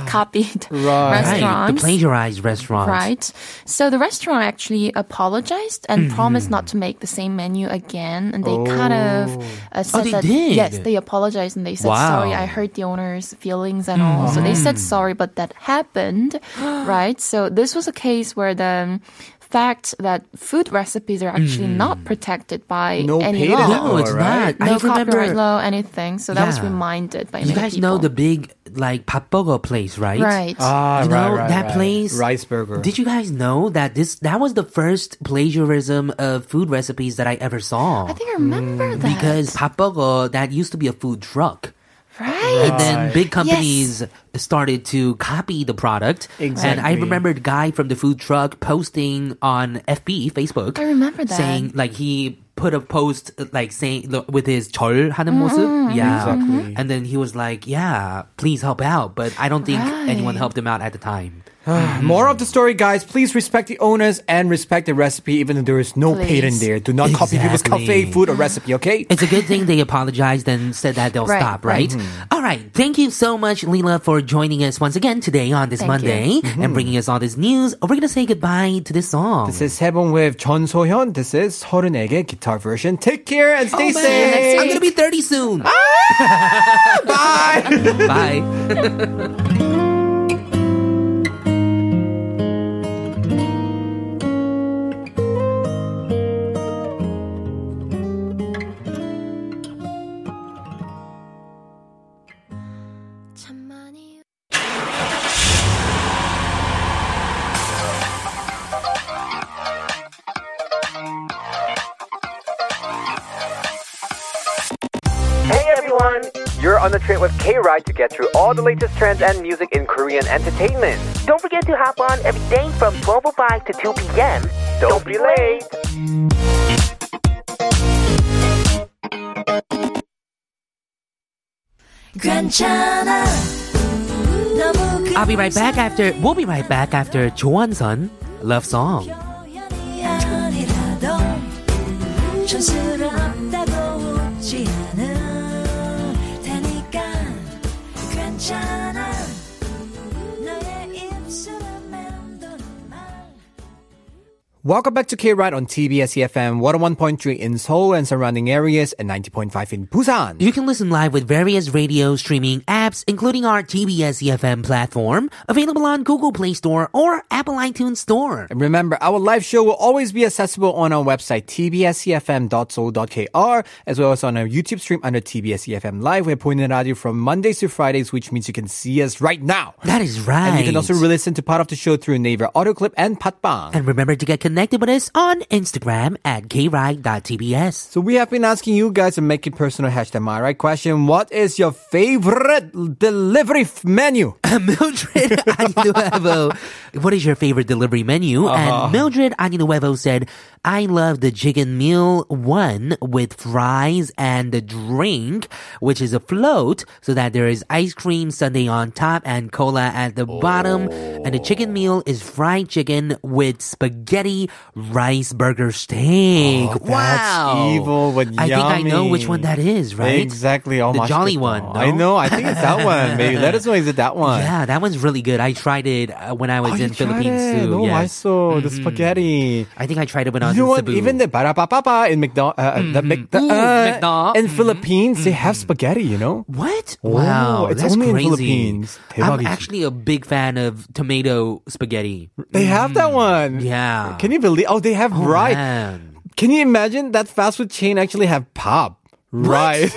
[SPEAKER 5] copied
[SPEAKER 1] Right, the
[SPEAKER 5] restaurants.
[SPEAKER 1] plagiarized restaurant.
[SPEAKER 5] Right. So the restaurant actually apologized and
[SPEAKER 1] Mm-hmm.
[SPEAKER 5] promised not to make the same menu again. And they kind of uh,
[SPEAKER 1] Oh.
[SPEAKER 5] said
[SPEAKER 1] they
[SPEAKER 5] that
[SPEAKER 1] did?
[SPEAKER 5] yes, they apologized and they said
[SPEAKER 1] Wow. Mm.
[SPEAKER 5] sorry. I hurt the owner's feelings and all. So they said sorry, but that happened, right? So this was a case where the um, fact that food recipes are actually not protected by
[SPEAKER 2] No
[SPEAKER 5] any
[SPEAKER 2] patent
[SPEAKER 1] Mm. No,
[SPEAKER 5] law.
[SPEAKER 1] it's
[SPEAKER 2] All Oh, right.
[SPEAKER 1] not. I
[SPEAKER 5] No
[SPEAKER 1] remember.
[SPEAKER 5] copyright law, anything. So that was
[SPEAKER 1] Yeah.
[SPEAKER 5] reminded by
[SPEAKER 1] You
[SPEAKER 5] many
[SPEAKER 1] guys know Oh. the
[SPEAKER 5] people.
[SPEAKER 1] big like Papbogo place, right?
[SPEAKER 5] right.
[SPEAKER 2] Ah,
[SPEAKER 1] You
[SPEAKER 2] right,
[SPEAKER 1] know,
[SPEAKER 2] right,
[SPEAKER 1] that
[SPEAKER 2] right.
[SPEAKER 1] place-
[SPEAKER 2] rice burger.
[SPEAKER 1] Did you guys know that this that was the first plagiarism of food recipes that I ever saw?
[SPEAKER 5] I think I remember that.
[SPEAKER 1] Mm, because Papbogo that used to be a food truck.
[SPEAKER 5] right.
[SPEAKER 1] And then big companies started to copy the product. And I
[SPEAKER 2] Exactly.
[SPEAKER 1] remember the guy from the food truck posting on FB, Facebook.
[SPEAKER 5] I remember that.
[SPEAKER 1] Saying, like, he put a post, like, saying, look, with his 절
[SPEAKER 5] Mm-hmm.
[SPEAKER 1] 하는 모습. Yeah.
[SPEAKER 2] Exactly.
[SPEAKER 1] And then he was like, yeah, please help out. But I don't think anyone helped him out at the time.
[SPEAKER 2] More Ah, of the story, guys. Please respect the owners and respect the recipe, even though there is no
[SPEAKER 5] Please.
[SPEAKER 2] patent there. Do not copy people's
[SPEAKER 1] Exactly.
[SPEAKER 2] cafe food or recipe. Okay.
[SPEAKER 1] It's a good thing they apologized and said that they'll
[SPEAKER 5] Right,
[SPEAKER 1] stop, right?
[SPEAKER 2] Mm-hmm.
[SPEAKER 1] All right. Thank you so much, Leela, for joining us once again today on this
[SPEAKER 5] Thank
[SPEAKER 1] Monday
[SPEAKER 5] you.
[SPEAKER 2] Mm-hmm.
[SPEAKER 1] and bringing us all this news. We're going to say goodbye to this song.
[SPEAKER 2] This is Seven with 전소현. This is 서른에게 guitar version. Take care and
[SPEAKER 1] Oh,
[SPEAKER 2] stay safe.
[SPEAKER 1] I'm going to be 30 soon. Bye. Bye.
[SPEAKER 7] 참 많이
[SPEAKER 9] Hey everyone! You're on the trip with K-Ride to get through all the latest trends and music in Korean entertainment.
[SPEAKER 8] Don't forget to hop on every day from 12.05 to 2 p.m.
[SPEAKER 9] Don't be late!
[SPEAKER 8] 괜찮아. 너무 그
[SPEAKER 1] I'll be right back after. We'll be right back after 조원선 love song.
[SPEAKER 8] 표현이 아니라도 촌스럽다고 웃지 않을 테니까 괜찮아. 너의 입술은 맴도는 말.
[SPEAKER 2] Welcome back to K-Ride on TBS EFM 101.3 in Seoul and surrounding areas and 90.5 in Busan.
[SPEAKER 1] You can listen live with various radio streaming apps, including our TBS EFM E platform, available on Google Play Store or Apple iTunes Store.
[SPEAKER 2] And remember, our live show will always be accessible on our website, E tbscfm.soul.kr, as well as on our YouTube stream under TBSCFM E Live. We're pointing out you from Mondays to Fridays, which means you can see us right now.
[SPEAKER 1] That is right.
[SPEAKER 2] And you can also re-listen to part of the show through Naver Audio Clip and Patbang.
[SPEAKER 1] And remember to get connected with us on Instagram at kride.tbs.
[SPEAKER 2] So we have been asking you guys to make it personal hashtag my right question. What is your favorite delivery f- menu?
[SPEAKER 1] Mildred Aninuevo, what is your favorite delivery menu?
[SPEAKER 2] Uh-huh.
[SPEAKER 1] And Mildred Aninuevo said, I love the chicken meal one with fries and the drink, which is a float, so that there is ice cream sundae on top and cola at the bottom. And the
[SPEAKER 2] Oh.
[SPEAKER 1] chicken meal is fried chicken with spaghetti rice burger steak.
[SPEAKER 2] Oh, that's
[SPEAKER 1] wow.
[SPEAKER 2] evil, but
[SPEAKER 1] I think I know which one
[SPEAKER 2] yummy.
[SPEAKER 1] that is, right?
[SPEAKER 2] Exactly. Oh,
[SPEAKER 1] the
[SPEAKER 2] my
[SPEAKER 1] jolly
[SPEAKER 2] goodness.
[SPEAKER 1] one.
[SPEAKER 2] I
[SPEAKER 1] no?
[SPEAKER 2] know. I think it's that one. Maybe let us know. Is it that one?
[SPEAKER 1] Yeah, that one's really good. I tried it uh, when I
[SPEAKER 2] Oh,
[SPEAKER 1] was in Philippines too.
[SPEAKER 2] No, Oh, I
[SPEAKER 1] yes.
[SPEAKER 2] saw the spaghetti.
[SPEAKER 1] I think I tried it when I was
[SPEAKER 2] You know
[SPEAKER 1] in
[SPEAKER 2] what?
[SPEAKER 1] Cebu. Mm-hmm.
[SPEAKER 2] Even the barapapapa in McDonald, uh, the McDo-
[SPEAKER 1] Ooh, mm-hmm.
[SPEAKER 2] uh,
[SPEAKER 1] McDo-
[SPEAKER 2] in Philippines, they have
[SPEAKER 1] Mm-hmm.
[SPEAKER 2] spaghetti. You know?
[SPEAKER 1] what?
[SPEAKER 2] Oh,
[SPEAKER 1] wow,
[SPEAKER 2] it's
[SPEAKER 1] that's
[SPEAKER 2] only in
[SPEAKER 1] crazy.
[SPEAKER 2] Philippines.
[SPEAKER 1] I'm
[SPEAKER 2] 대박이지.
[SPEAKER 1] actually a big fan of tomato spaghetti.
[SPEAKER 2] They have that one.
[SPEAKER 1] Mm-hmm. Yeah.
[SPEAKER 2] Can you believe? Oh, they have
[SPEAKER 1] Oh,
[SPEAKER 2] rice.
[SPEAKER 1] man.
[SPEAKER 2] Can you imagine that fast food chain actually have pop? Right.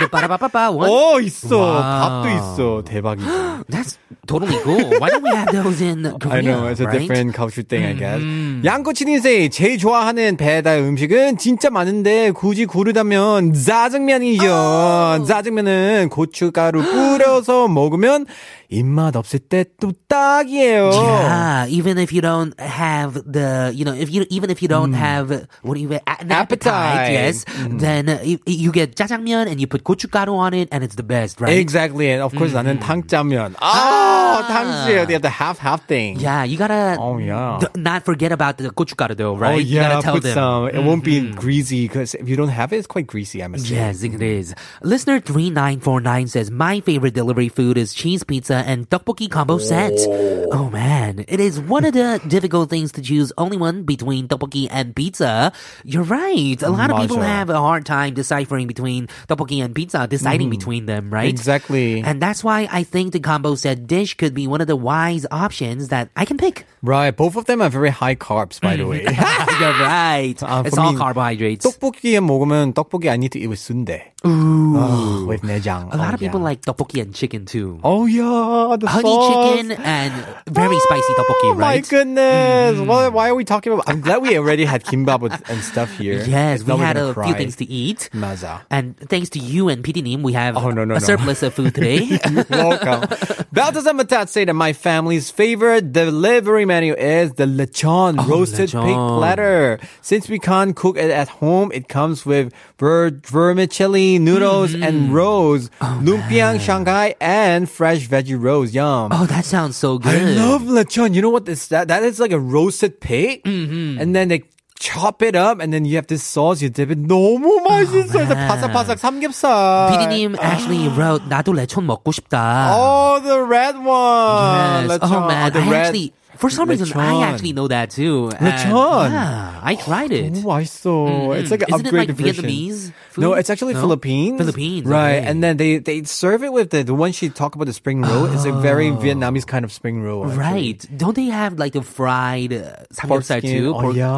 [SPEAKER 1] The ba-da-ba-ba-ba one.
[SPEAKER 2] oh, 있어. 밥도
[SPEAKER 1] Wow.
[SPEAKER 2] 있어. 대박이지.
[SPEAKER 1] That's totally cool. Why don't we have those in Korea?
[SPEAKER 2] I know, it's a
[SPEAKER 1] right? 음,
[SPEAKER 2] different culture thing, I guess. 양꼬치님세 제일 좋아하는 배달 음식은 진짜 많은데 굳이 고르다면 짜장면이죠.
[SPEAKER 1] 어.
[SPEAKER 2] 짜장면은 고춧가루 뿌려서 먹으면 입맛 없을 때 또 딱이에요.
[SPEAKER 1] Yeah, even if you don't have the, you know, if you even if you don't have what do you an appetite,
[SPEAKER 2] Mm. Appetite. Mm-hmm.
[SPEAKER 1] yes, then uh, you, you get jjajangmyeon and you put gochugaru on it, and it's the best, right?
[SPEAKER 2] Exactly, and of course
[SPEAKER 1] 음.
[SPEAKER 2] 나는 탕짜면. 아, 탕수요. They have the half half thing.
[SPEAKER 1] Yeah, you gotta.
[SPEAKER 2] Oh, yeah.
[SPEAKER 1] d- not forget about the gochugaru though, right?
[SPEAKER 2] Oh
[SPEAKER 1] you
[SPEAKER 2] yeah,
[SPEAKER 1] gotta tell
[SPEAKER 2] put
[SPEAKER 1] them. Mm-hmm.
[SPEAKER 2] some. It won't be greasy because if you don't have it, it's quite greasy. I'm assuming.
[SPEAKER 1] Yes, it is. Listener 3949 says, My favorite delivery food is cheese pizza and tteokbokki combo set. Oh man, it is one of the difficult things to choose only one between tteokbokki and pizza. You're right. A lot of people
[SPEAKER 2] 맞아.
[SPEAKER 1] have a hard time deciphering between tteokbokki and pizza, deciding between them, right?
[SPEAKER 2] Mm-hmm. Exactly.
[SPEAKER 1] And that's why I think the combo set dish could be one of the wise options that I can pick.
[SPEAKER 2] Right. Both of them are very high carbs, by the
[SPEAKER 1] Mm.
[SPEAKER 2] way.
[SPEAKER 1] You're right.
[SPEAKER 2] Uh,
[SPEAKER 1] it's
[SPEAKER 2] for
[SPEAKER 1] all
[SPEAKER 2] me,
[SPEAKER 1] carbohydrates.
[SPEAKER 2] 떡볶이에 먹으면 떡볶이 I need to eat with sundae. Oh, with 내장.
[SPEAKER 1] A lot
[SPEAKER 2] Oh,
[SPEAKER 1] of people
[SPEAKER 2] yeah.
[SPEAKER 1] like tteokbokki and chicken too.
[SPEAKER 2] Oh yeah, the
[SPEAKER 1] honey
[SPEAKER 2] sauce.
[SPEAKER 1] chicken and very spicy
[SPEAKER 2] Oh
[SPEAKER 1] tteokbokki,
[SPEAKER 2] my
[SPEAKER 1] right? Mm.
[SPEAKER 2] goodness! Why, why are we talking about? I'm glad we already had kimbap with, and stuff here.
[SPEAKER 1] Yes,
[SPEAKER 2] If
[SPEAKER 1] we
[SPEAKER 2] not, we're
[SPEAKER 1] had
[SPEAKER 2] gonna
[SPEAKER 1] a
[SPEAKER 2] cry.
[SPEAKER 1] few things to eat.
[SPEAKER 2] 맞아.
[SPEAKER 1] And thanks to you and PD Nim, we have
[SPEAKER 2] Oh, no, no, no.
[SPEAKER 1] a surplus of food today.
[SPEAKER 2] Welcome. Balthazar Matat said that my family's favorite delivery menu is the lechon, roasted pig
[SPEAKER 1] Oh, lechon.
[SPEAKER 2] platter. Since we can't cook it at home, it comes with ver- vermicelli, noodles,
[SPEAKER 1] Mm-hmm.
[SPEAKER 2] and rolls,
[SPEAKER 1] Oh,
[SPEAKER 2] lumpiang, Shanghai, and fresh veggie rolls. Yum.
[SPEAKER 1] oh, that sounds so good.
[SPEAKER 2] I love lechon. You know what this that that is like a roasted pig,
[SPEAKER 1] Mm-hmm.
[SPEAKER 2] and then they chop it up, and then you have this sauce. You dip it. 너무
[SPEAKER 1] Oh,
[SPEAKER 2] 맛있어. it's a 바삭바삭 삼겹살.
[SPEAKER 1] PD Nim actually wrote, 나도 lechon 먹고 싶다.
[SPEAKER 2] Ah. Oh, the red one.
[SPEAKER 1] Yes.
[SPEAKER 2] Lechon.
[SPEAKER 1] Oh, man.
[SPEAKER 2] the
[SPEAKER 1] I
[SPEAKER 2] red.
[SPEAKER 1] actually, for some reason,
[SPEAKER 2] lechon.
[SPEAKER 1] I actually know that too. And,
[SPEAKER 2] Lechon.
[SPEAKER 1] Yeah, I tried it.
[SPEAKER 2] 너무 맛있어. It's like an
[SPEAKER 1] Isn't mm-hmm. it like
[SPEAKER 2] upgraded version.
[SPEAKER 1] Vietnamese food?
[SPEAKER 2] No, it's actually
[SPEAKER 1] No?
[SPEAKER 2] Philippines.
[SPEAKER 1] Philippines,
[SPEAKER 2] Right.
[SPEAKER 1] okay.
[SPEAKER 2] And then they, they serve it with the, the one she talked about, the spring roll. It's a very Vietnamese kind of spring roll. actually.
[SPEAKER 1] Oh. Right. Don't they have like the fried uh,
[SPEAKER 2] Pork
[SPEAKER 1] samgyeopsal
[SPEAKER 2] skin.
[SPEAKER 1] too?
[SPEAKER 2] Oh,
[SPEAKER 1] Pork-
[SPEAKER 2] yeah.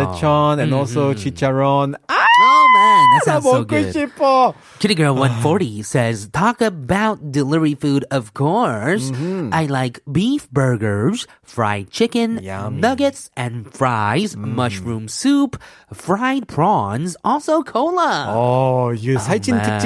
[SPEAKER 2] Lechon and also chicharon. Ah,
[SPEAKER 1] Oh man, that
[SPEAKER 2] 나
[SPEAKER 1] sounds so
[SPEAKER 2] 먹고
[SPEAKER 1] good.
[SPEAKER 2] 싶어.
[SPEAKER 1] Kitty Girl
[SPEAKER 2] Oh.
[SPEAKER 1] 140 says, talk about delivery food, of course.
[SPEAKER 2] Mm-hmm.
[SPEAKER 1] I like beef burgers, fried chicken,
[SPEAKER 2] Yummy.
[SPEAKER 1] nuggets and fries,
[SPEAKER 2] Mm.
[SPEAKER 1] mushroom soup, fried prawns, also cola.
[SPEAKER 2] Oh, 이거 살찐
[SPEAKER 1] man.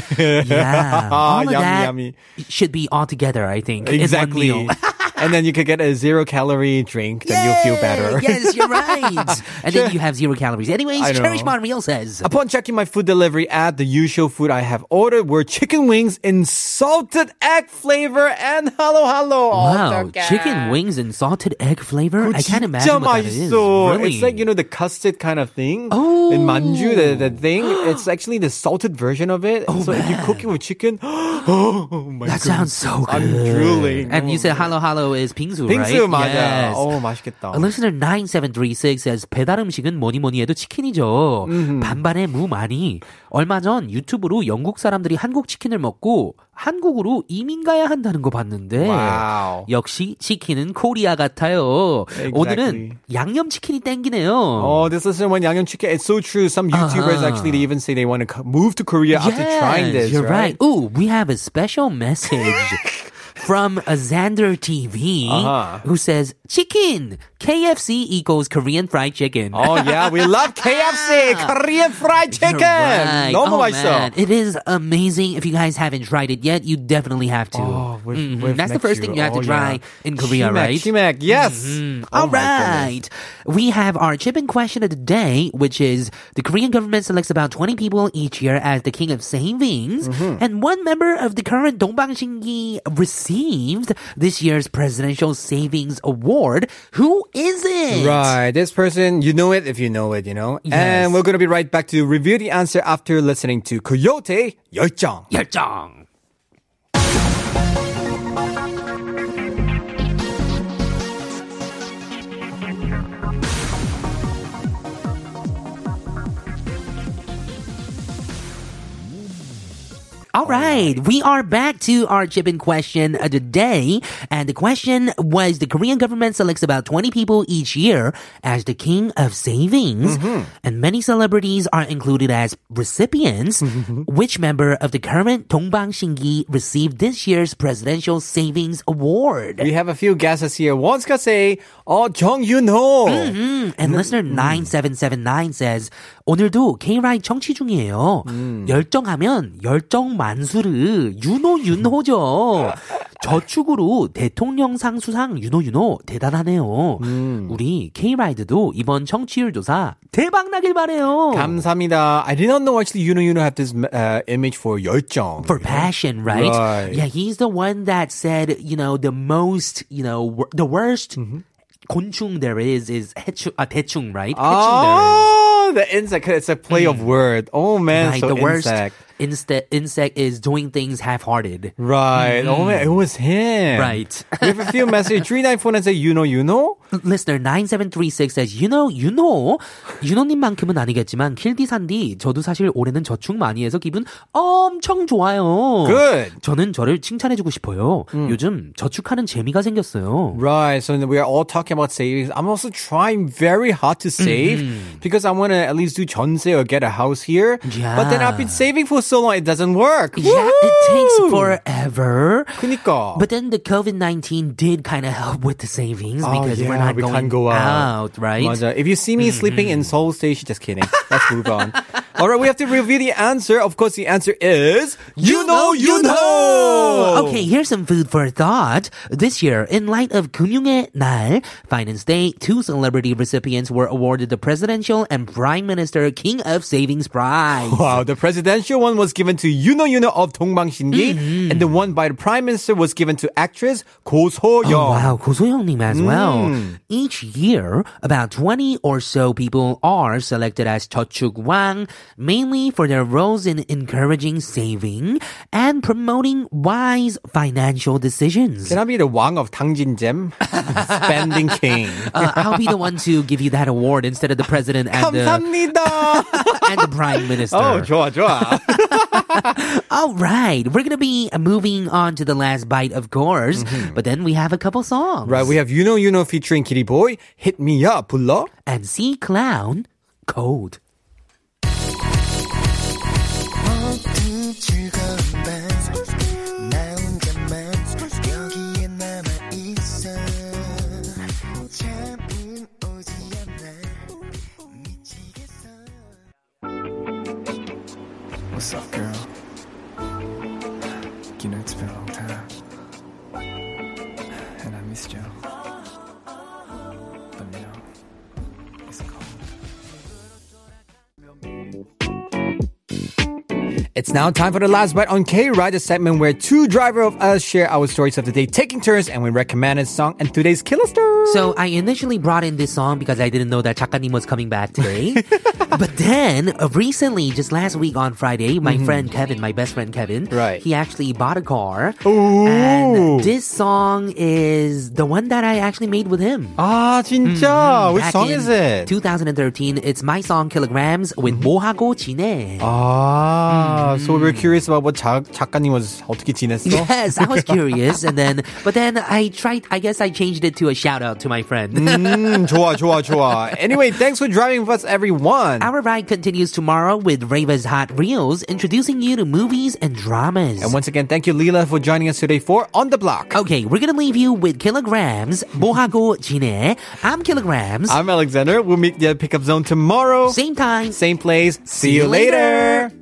[SPEAKER 2] 특집이네.
[SPEAKER 1] Yeah. All of
[SPEAKER 2] yummy,
[SPEAKER 1] that
[SPEAKER 2] yummy.
[SPEAKER 1] should be all together, I think. in one
[SPEAKER 2] Exactly.
[SPEAKER 1] meal.
[SPEAKER 2] and then you could get a zero calorie drink, then you'll feel better.
[SPEAKER 1] yes, you're right. and then you have zero calories.
[SPEAKER 2] I
[SPEAKER 1] Anyways,
[SPEAKER 2] know.
[SPEAKER 1] Cherish Monreal says.
[SPEAKER 2] Upon checking my food delivery ad, the usual food I have ordered were chicken wings in salted egg flavor and hello hello.
[SPEAKER 1] Wow, chicken wings and salted egg flavor? I can't imagine what that is. Really?
[SPEAKER 2] It's like you know the custard kind of thing.
[SPEAKER 1] Oh.
[SPEAKER 2] the manju, the, the thing. It's actually the salted version of it.
[SPEAKER 1] Oh,
[SPEAKER 2] so if you cook it with chicken, oh my
[SPEAKER 1] that sounds so good.
[SPEAKER 2] I'm drooling.
[SPEAKER 1] And you said halo halo is 빙수, right?
[SPEAKER 2] 빙수 맞아.
[SPEAKER 1] Yes.
[SPEAKER 2] 어 Oh, 맛있겠다.
[SPEAKER 1] A listener 9736 says 배달 음식은 뭐니 뭐니 해도 치킨이죠. 반반에 무 많이. 얼마 전 유튜브로 영국 사람들이 한국 치킨을 먹고 한국으로 이민 가야 한다는 거 봤는데
[SPEAKER 2] 와우.
[SPEAKER 1] 역시 치킨은 코리아 같아요.
[SPEAKER 2] Exactly.
[SPEAKER 1] 오늘은 양념 치킨이 땡기네요.
[SPEAKER 2] Oh, this listener went Yangnyeom Chicken. It's so true. Some YouTubers
[SPEAKER 1] Uh-huh.
[SPEAKER 2] actually they even say they want to co- move to Korea after trying this.
[SPEAKER 1] You're right. Ooh, we have a special message from a Xander TV
[SPEAKER 2] Uh-huh.
[SPEAKER 1] who says chicken KFC equals Korean fried chicken.
[SPEAKER 2] Oh yeah, we love KFC Korean fried chicken.
[SPEAKER 1] Ah. Right.
[SPEAKER 2] 너무
[SPEAKER 1] oh,
[SPEAKER 2] 맛있어.
[SPEAKER 1] man. It is amazing. If you guys haven't tried it yet, you definitely have to.
[SPEAKER 2] Oh, we've-
[SPEAKER 1] Mhm.
[SPEAKER 2] we've
[SPEAKER 1] That's the
[SPEAKER 2] met
[SPEAKER 1] first
[SPEAKER 2] you.
[SPEAKER 1] thing you have to
[SPEAKER 2] Oh,
[SPEAKER 1] try
[SPEAKER 2] yeah.
[SPEAKER 1] in Korea,
[SPEAKER 2] Chimac,
[SPEAKER 1] right? Mm-hmm.
[SPEAKER 2] Chimac, yes.
[SPEAKER 1] All
[SPEAKER 2] Oh my goodness.
[SPEAKER 1] right. We have our chip in question of the day, which is the Korean government selects about 20 people each year as the king of savings. And one member of the current Dongbang Shingi received this year's presidential savings award. Who is it?
[SPEAKER 2] Right, this person, you know it if you know it, you know.
[SPEAKER 1] Yes.
[SPEAKER 2] And we're gonna be right back to review the answer after listening to Coyote 열정.
[SPEAKER 1] 열정. All right, we are back to our chip in question of the day. And the question was the Korean government selects about 20 people each year as the king of savings. And many celebrities are included as recipients. Which member of the current Dongbang Shingi received this year's Presidential Savings Award?
[SPEAKER 2] We have a few guesses here. One's gonna say, oh, Jung Yun Ho.
[SPEAKER 1] And
[SPEAKER 2] 음,
[SPEAKER 1] listener 9779 says 오늘도 K-Ride 청취 중이에요.
[SPEAKER 2] 음.
[SPEAKER 1] 열정하면 열정 만수르 윤호 윤호죠. 저축으로 대통령상 수상 윤호 윤호 대단하네요.
[SPEAKER 2] 음.
[SPEAKER 1] 우리 K-Ride도 이번 청취율 조사 대박 나길 바래요.
[SPEAKER 2] 감사합니다. I did not know actually Yuno Yuno have this uh, image for 열정.
[SPEAKER 1] for passion, right?
[SPEAKER 2] Right.
[SPEAKER 1] Yeah, he's the one that said, you know, the most, you know, wor- the worst
[SPEAKER 2] Mm-hmm.
[SPEAKER 1] 곤충 there is is 해충, 아, 대충, right? 해충 there is.
[SPEAKER 2] Oh, the insect. It's a play of word. Oh man,
[SPEAKER 1] Mm. Right,
[SPEAKER 2] so
[SPEAKER 1] the worst
[SPEAKER 2] insect.
[SPEAKER 1] inste- insect is doing things half-hearted.
[SPEAKER 2] Right. Oh man, it was him.
[SPEAKER 1] Mm. Right.
[SPEAKER 2] we have a few message. Three nine four and say you know you know.
[SPEAKER 1] Listener 9736 says, you know, you know, 윤호님만큼은 아니겠지만, 킬디산디, 저도 사실 올해는 저축 많이 해서 기분 엄청 좋아요.
[SPEAKER 2] Good. 음.
[SPEAKER 1] 저는 저를 칭찬해주고 싶어요. 요즘 저축하는 재미가 생겼어요.
[SPEAKER 2] Right. So we are all talking about savings. I'm also trying very hard to save
[SPEAKER 1] Mm-hmm.
[SPEAKER 2] because I want to at least do chonse or get a house here.
[SPEAKER 1] Yeah.
[SPEAKER 2] But then I've been saving for so long, it doesn't work.
[SPEAKER 1] Yeah, it
[SPEAKER 2] Woohoo!
[SPEAKER 1] takes forever.
[SPEAKER 2] 그니까.
[SPEAKER 1] But then the COVID 19 did kind of help with the savings
[SPEAKER 2] Oh,
[SPEAKER 1] because we're
[SPEAKER 2] yeah,
[SPEAKER 1] not
[SPEAKER 2] we
[SPEAKER 1] going
[SPEAKER 2] can't go out.
[SPEAKER 1] out, right?
[SPEAKER 2] 맞아. If you see me sleeping in Seoul Station, just kidding. Let's move on. All right, we have to review the answer. Of course, the answer is you know, you know.
[SPEAKER 1] Okay, here's some food for thought. This year, in light of 금융의 날, Finance Day, two celebrity recipients were awarded the Presidential and Prime Minister King of Savings Prize.
[SPEAKER 2] Wow, the presidential one was given to Yuno Yuno of Dongbang Shingi, and the one by the prime minister was given to actress Ko So Young.
[SPEAKER 1] Oh, wow, 고소영님 as well.
[SPEAKER 2] Mm.
[SPEAKER 1] Each year, about 20 or so people are selected as 저축왕, mainly for their roles in encouraging saving and promoting wise financial decisions.
[SPEAKER 2] Can I be the Wang of Tang Jin Jem? Spending king.
[SPEAKER 1] Uh, I'll be the one to give you that award instead of the president and the,
[SPEAKER 2] 감사합니다.
[SPEAKER 1] and the prime minister.
[SPEAKER 2] oh, 좋아, 좋아.
[SPEAKER 1] All right, we're gonna be moving on to the last bite, of course, but then we have a couple songs.
[SPEAKER 2] Mm-hmm. right, we have Yuno Yuno featuring Kitty Boy, Hit Me Up, 불러.
[SPEAKER 1] and see clown cold.
[SPEAKER 4] 모두 즐거운 밤, 나 혼자만 여기에 남아 있어. 잠은 오지 않나, 미치겠어. What's up, girl? You know it's been a long time, and I missed you. 건데요. It's cold.
[SPEAKER 2] It's now time for the last bite on K Ride, a segment where two driver of us share our stories of the day, taking turns, and we recommend a song and today's killer story.
[SPEAKER 1] So I initially brought in this song because I didn't know that Chakanim was coming back today. but then uh, recently, just last week on Friday, my friend Kevin, my best friend Kevin,
[SPEAKER 2] Mm-hmm. Right.
[SPEAKER 1] he actually bought a car. Ooh. And this song is the one that I actually made with him.
[SPEAKER 2] ah, 진짜. Which
[SPEAKER 1] Mm-hmm. Back
[SPEAKER 2] song
[SPEAKER 1] in
[SPEAKER 2] is it? Mm-hmm.
[SPEAKER 1] 2013. It's my song Kilograms with 뭐하고 지내.
[SPEAKER 2] Oh. Ah, so we
[SPEAKER 1] Mm-hmm.
[SPEAKER 2] were curious about what 작, 작가님 was 어떻게 지냈어?
[SPEAKER 1] Yes, I was curious, and then, but then I tried. I guess I changed it to a shout out to my friend.
[SPEAKER 2] Mm. 음, 좋아, 좋아, 좋아. Anyway, thanks for driving with us, everyone.
[SPEAKER 1] Our ride continues tomorrow with Reva's Hot Reels, introducing you to movies and dramas.
[SPEAKER 2] And once again, thank you, Leela, for joining us today for On the Block.
[SPEAKER 1] okay, we're gonna leave you with Kilograms, 뭐하고 지내. I'm Kilograms.
[SPEAKER 2] I'm Alexander. We'll meet the pickup zone tomorrow.
[SPEAKER 1] Same time.
[SPEAKER 2] Same place. See, you later.